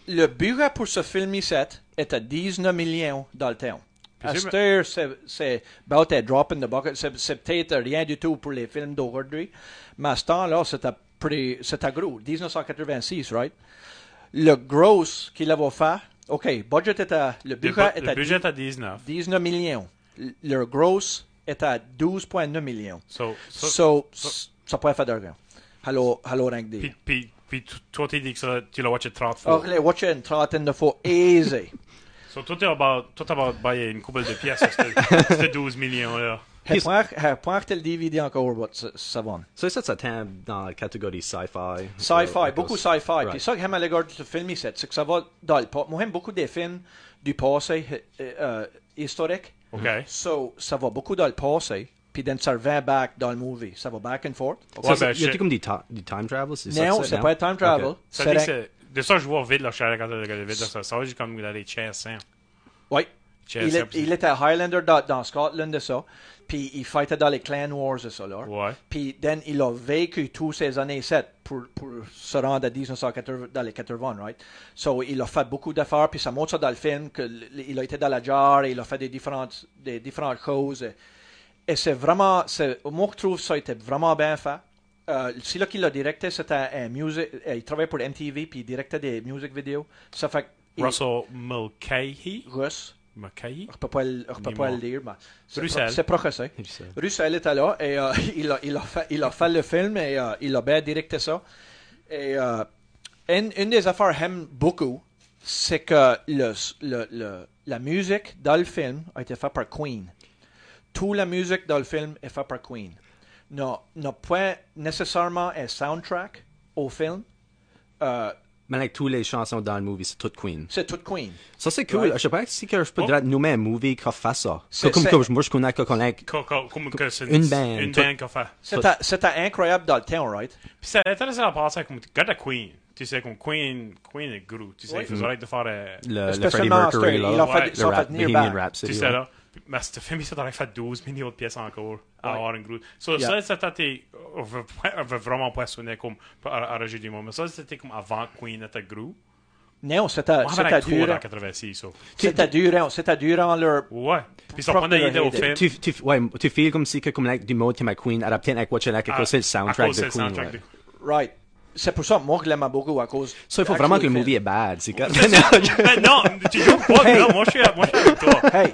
le budget pour ce film ici était 19 millions dans le temps.
Puis
À
c'est-
cette heure, c'est c'est about a drop in the bucket. C'est c'est peut-être rien du tout pour les films d'aujourd'hui. Mais à ce temps-là, c'était pretty- c'était gros. 1986, right? Le gross qu'il avait fait, OK, budget était, à- le
Le,
budget
bu-
était
le
à
budget à 19.
19 millions. L- Le gross est à 12,9 millions.
So, so,
So, s- ça pourrait faire d'argent. Hello, hello, rank D.
Puis, puis, puis tu- toi, t'es dit que ça, tu l'as watché 30 fois.
Oh, les watcher une trentaine de fois, easy.
So, toi, t'as about- toi, t'as about baillé une couple de pièces à ce ce 12 millions-là.
Elle prend elle prend que t'as le DVD encore, but ça- ça va.
Ça, ça, ça tient dans la catégorie uh, sci-fi.
Sci-fi, beaucoup sci-fi. Puis
Euh, Right.
ça que j'aime à l'égard de ce film ici, c'est que ça va dans le pas. Moi, j'aime beaucoup des films du passé euh, euh, historique.
OK.
Mm. So, ça va beaucoup dans le passé, puis then ça revient back dans le movie. Ça va back and forth.
Ça,
Ouais,
c'est-
ben,
y a-tu
je-
comme du, ti- du time travel? C'est ça
Non,
que
c'est
non?
pas un time travel.
Ok.
Ça dit que
un-
c'est- de ça, je vois vite, là, je suis allé quand je regarde vite, là, ça sort, j'ai comme dans les chaises, hein.
Oui.
Chess,
Il, est-
100%.
il était à Highlander dans, dans Scotland de ça. Puis il fightait dans les Clan Wars de ça. Là.
Ouais.
Puis Dan, il a vécu tous ces années 7 pour, pour se rendre à 1980 dans les 80, right? So, il a fait beaucoup d'affaires, puis ça montre ça dans le film, qu'il a été dans la jarre, il a fait des différentes, des différentes choses. Et c'est vraiment, c'est, moi je trouve ça était vraiment bien fait. Euh, c'est là qu'il l'a directé, c'était un music, euh, il travaillait pour MTV, puis il directait des music vidéos. Ça fait que- il-
Russell Mulcahy.
Russe.
Mulcahy?
Je peux pas le, je peux pas le
Dis-moi.
lire, mais c'est
Russell.
pro- c'est proche, ça.
Russell.
Russell était là et euh, il, a, il, a fait, il a fait le film et euh, il a bien directé ça. Et euh, une, une des affaires que j'aime beaucoup, c'est que le, le, le- la musique dans le film a été faite par Queen. Toute la musique dans le film est faite par Queen. Non, n'a pas nécessairement un soundtrack au film. Euh,
Mais like, toutes les chansons dans le movie, c'est tout Queen.
c'est toute Queen.
Ça, c'est cool.
Ouais.
Je sais pas si que je peux
Oh.
dire- nommer un movie qui fait ça.
C'est-
Comme,
c'est-
comme moi, je connais que- qu'on a-
Co- co- Comme que c'est
Une band.
Une
Tout-
band qu'on fait.
C'était c'était incroyable dans le temps, right?
Puis c'est intéressant à penser comme God la Queen. Tu sais, comme Queen, Queen et Guru. Tu sais,
Oui.
ils faisaient arrêter de faire. euh,
le, hein? le Freddie
Spécialement en
Mercury,
Australie,
là,
ils l'ont
fait-
le
ils l'ont
rap,
fait venir
Bohemian
back.
Rhapsody,
Tu
ouais.
sais, là. Mais cette film, ça aurait fait 12 millions de pièces encore.
Ah
À
Ouais.
avoir une Guru. So,
Yeah.
Ça, c'était. On veut pas- on veut vraiment pas sonner comme. à- à Roger Dumont. Mais ça, c'était comme avant Queen était Guru.
Euh,
Non, c'était
On avait
c'était
la tour
hein?
durant,
en 86. so.
c'était durant, c'était durant leur.
Ouais. Puis ça
Propre
prenait l'idée au
idée.
film.
Tu, tu, ouais, tu feel comme si que comme like, du mode que ma Queen adapté avec Watch It
à-
à cause du
Ah, à
soundtrack
cause
de
du
Queen.
soundtrack
ouais.
de-
Right. C'est pour ça que moi je l'aime beaucoup à cause.
Ça, il faut
du
vraiment que le
actual
movie est
film.
bad. C'est comme...
Ben non, tu joues pas. Non, moi je suis moi, je suis avec toi.
Hey,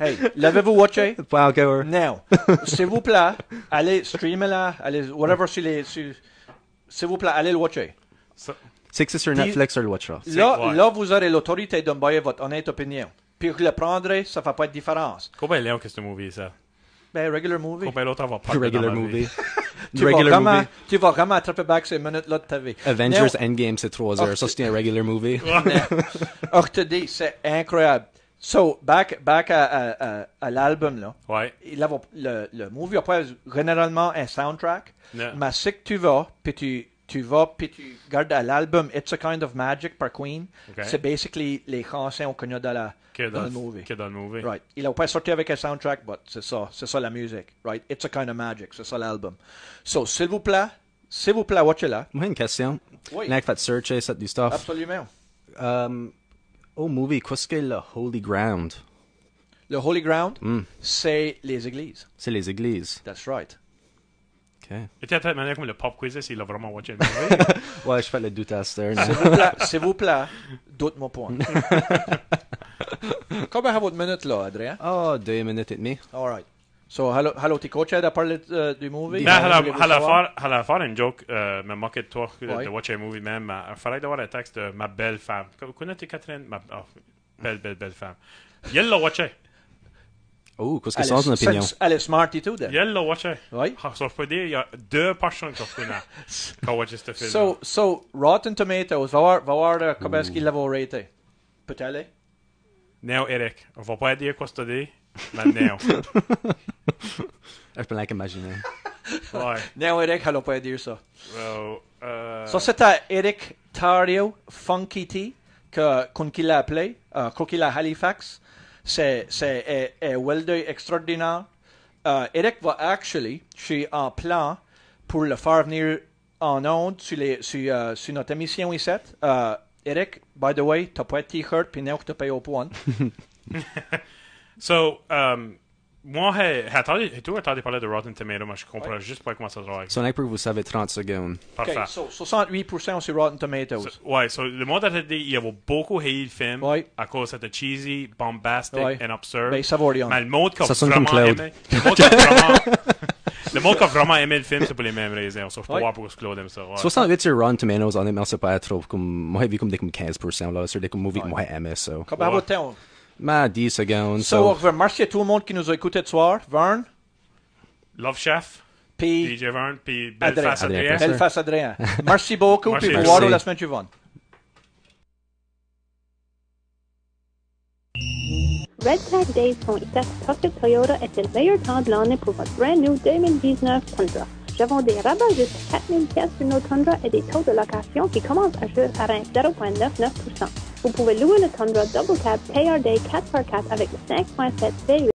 hey, l'avez-vous watché?
Pas encore.
Non. S'il vous plaît, allez streamer-la, allez, whatever sur les. sur- S'il vous plaît, allez le watcher.
Ça-
C'est que c'est sur Netflix ou le Watch Off.
Là,
ouais.
là, vous aurez l'autorité de me donner votre honnête opinion. Puis je le prendrai, ça ne fait pas de différence.
Combien est Léon que ce movie ça?
Ben, regular movie.
Combien l'autre va pas
Regular
dans ma vie?
movie.
Tu, vas
regular
vraiment,
movie.
tu vas vraiment attraper back ces minutes-là de ta vie.
Avengers
Non.
Endgame, c'est 3 heures. Ça, c'est un regular movie.
Oh, je te dis, c'est incroyable. So, back, back à, à- à- à l'album, là.
Ouais.
Il a- le, le movie a pas généralement un soundtrack,
Non.
mais si que tu vas, puis tu, tu vas, puis tu regardes à l'album It's a Kind of Magic par Queen,
Ok.
c'est basically les chansons qu'on a dans, la,
Que
dans le movie.
Que dans le movie.
Right. Il n'a pas sorti avec un soundtrack, but c'est ça, c'est ça la musique. Right. It's a Kind of Magic, c'est ça l'album. So, s'il vous plaît, s'il vous plaît, watchez-la.
Moi, une question.
Oui.
Là, fait searcher, ça, du eh, stuff.
Absolument.
Um, au movie, qu'est-ce que le Holy Ground?
Le Holy Ground, c'est les églises.
C'est les églises.
That's right.
OK.
Et tu as peut-être manière comme le pop quiz, s'il a vraiment watché le movie.
Ouais, je fais le doute à cette heure.
S'il vous plaît, s'il vous plaît, d'autres mots point. Combien à votre minute là, Adrien?
Oh, deux minutes et demie.
All right. So, hello, hello, t'es coaché à parler euh, du movie?
Non, elle a-
Voulez-vous
elle a
savoir?
faire- elle a faire une joke, euh, me moquer de toi, de-
Ouais.
de watcher un movie même. euh, Il fallait d'avoir un texte de ma belle femme. Vous connaissez Catherine? Ma oh, belle, belle, belle femme. Il l'a watché.
Oh, qu'est-ce que
Elle
c'est son
est-
opinion?
c'est- Elle est smarty tout, then.
Il l'a watché.
Ouais.
Ah, ça, je peux dire, il y a deux personnes qui ont connu- qui ont watché ce film.
So, so, Rotten Tomatoes, va voir, va voir euh, comment est-ce qu'il l'avait raté. Peut-être aller?
Néo Eric, on va pas dire quoi tu dit, mais Néo.
Je peux like imaginer.
ouais.
Non, Eric, elle a pas dire ça.
Well, euh,
Ça, c'était Eric Tario Funky T, que, qu'on qu'il a appelé, euh, qu'on qu'il a à Halifax. C'est, c'est, un, un welder extraordinaire. Euh, Eric va actually, je suis en plan pour le faire venir en onde sur, les, sur, euh, sur notre émission ici. Euh, Eric, by the way, t'as pas de t-shirt, puis non, que t'as payé au point.
so, um, moi, hey, attendez, et tout, attendez parler de Rotten Tomato, moi, je comprends juste pas comment ça travaille.
Son like pour vous savez 30 secondes.
Parfait.
OK, so 68% sur Rotten Tomatoes.
So- ouais, so, le monde a dit, il y avait beaucoup haï le film,
Ouais.
à cause c'était cheesy, bombastic,
Ouais.
and absurd.
Ben, ça va, Leon.
Mais le monde qui a
Ça sonne comme
vraiment
Claude.
aimé, le monde qui a vraiment, le monde qui a vraiment aimé le film, c'est pour les mêmes raisons. So, je peux
Ouais.
voir pourquoi Claude aime ça. ouais.
68 sur Rotten Tomatoes, honnêtement, c'est pas trop. Comme, moi, j'ai vu comme des comme 15% là, sur des comme movies que moi j'aimais ça.
Comment
Ouais.
va-t-on?
Ma 10 secondes.
So, on veut remercier tout le monde qui nous a écouté ce soir. Vern,
Love Chef,
puis...
DJ Vern, puis
Adrien.
Belfast
Adrien
Adrien.
Presser.
Belle face, Adrien. Merci beaucoup,
Merci.
puis au revoir
Merci.
la semaine suivante.
Red Flag Days font ITAC Pocket Toyota est le meilleur temps de l'année pour votre brand new 2019 Tundra. Nous avons des rabats jusqu'à 4000 pièces sur nos Tundra et des taux de location qui commencent à juste à 0,99%. Vous pouvez louer le Tundra Double Cab KRD 4x4 avec le 5.7 V8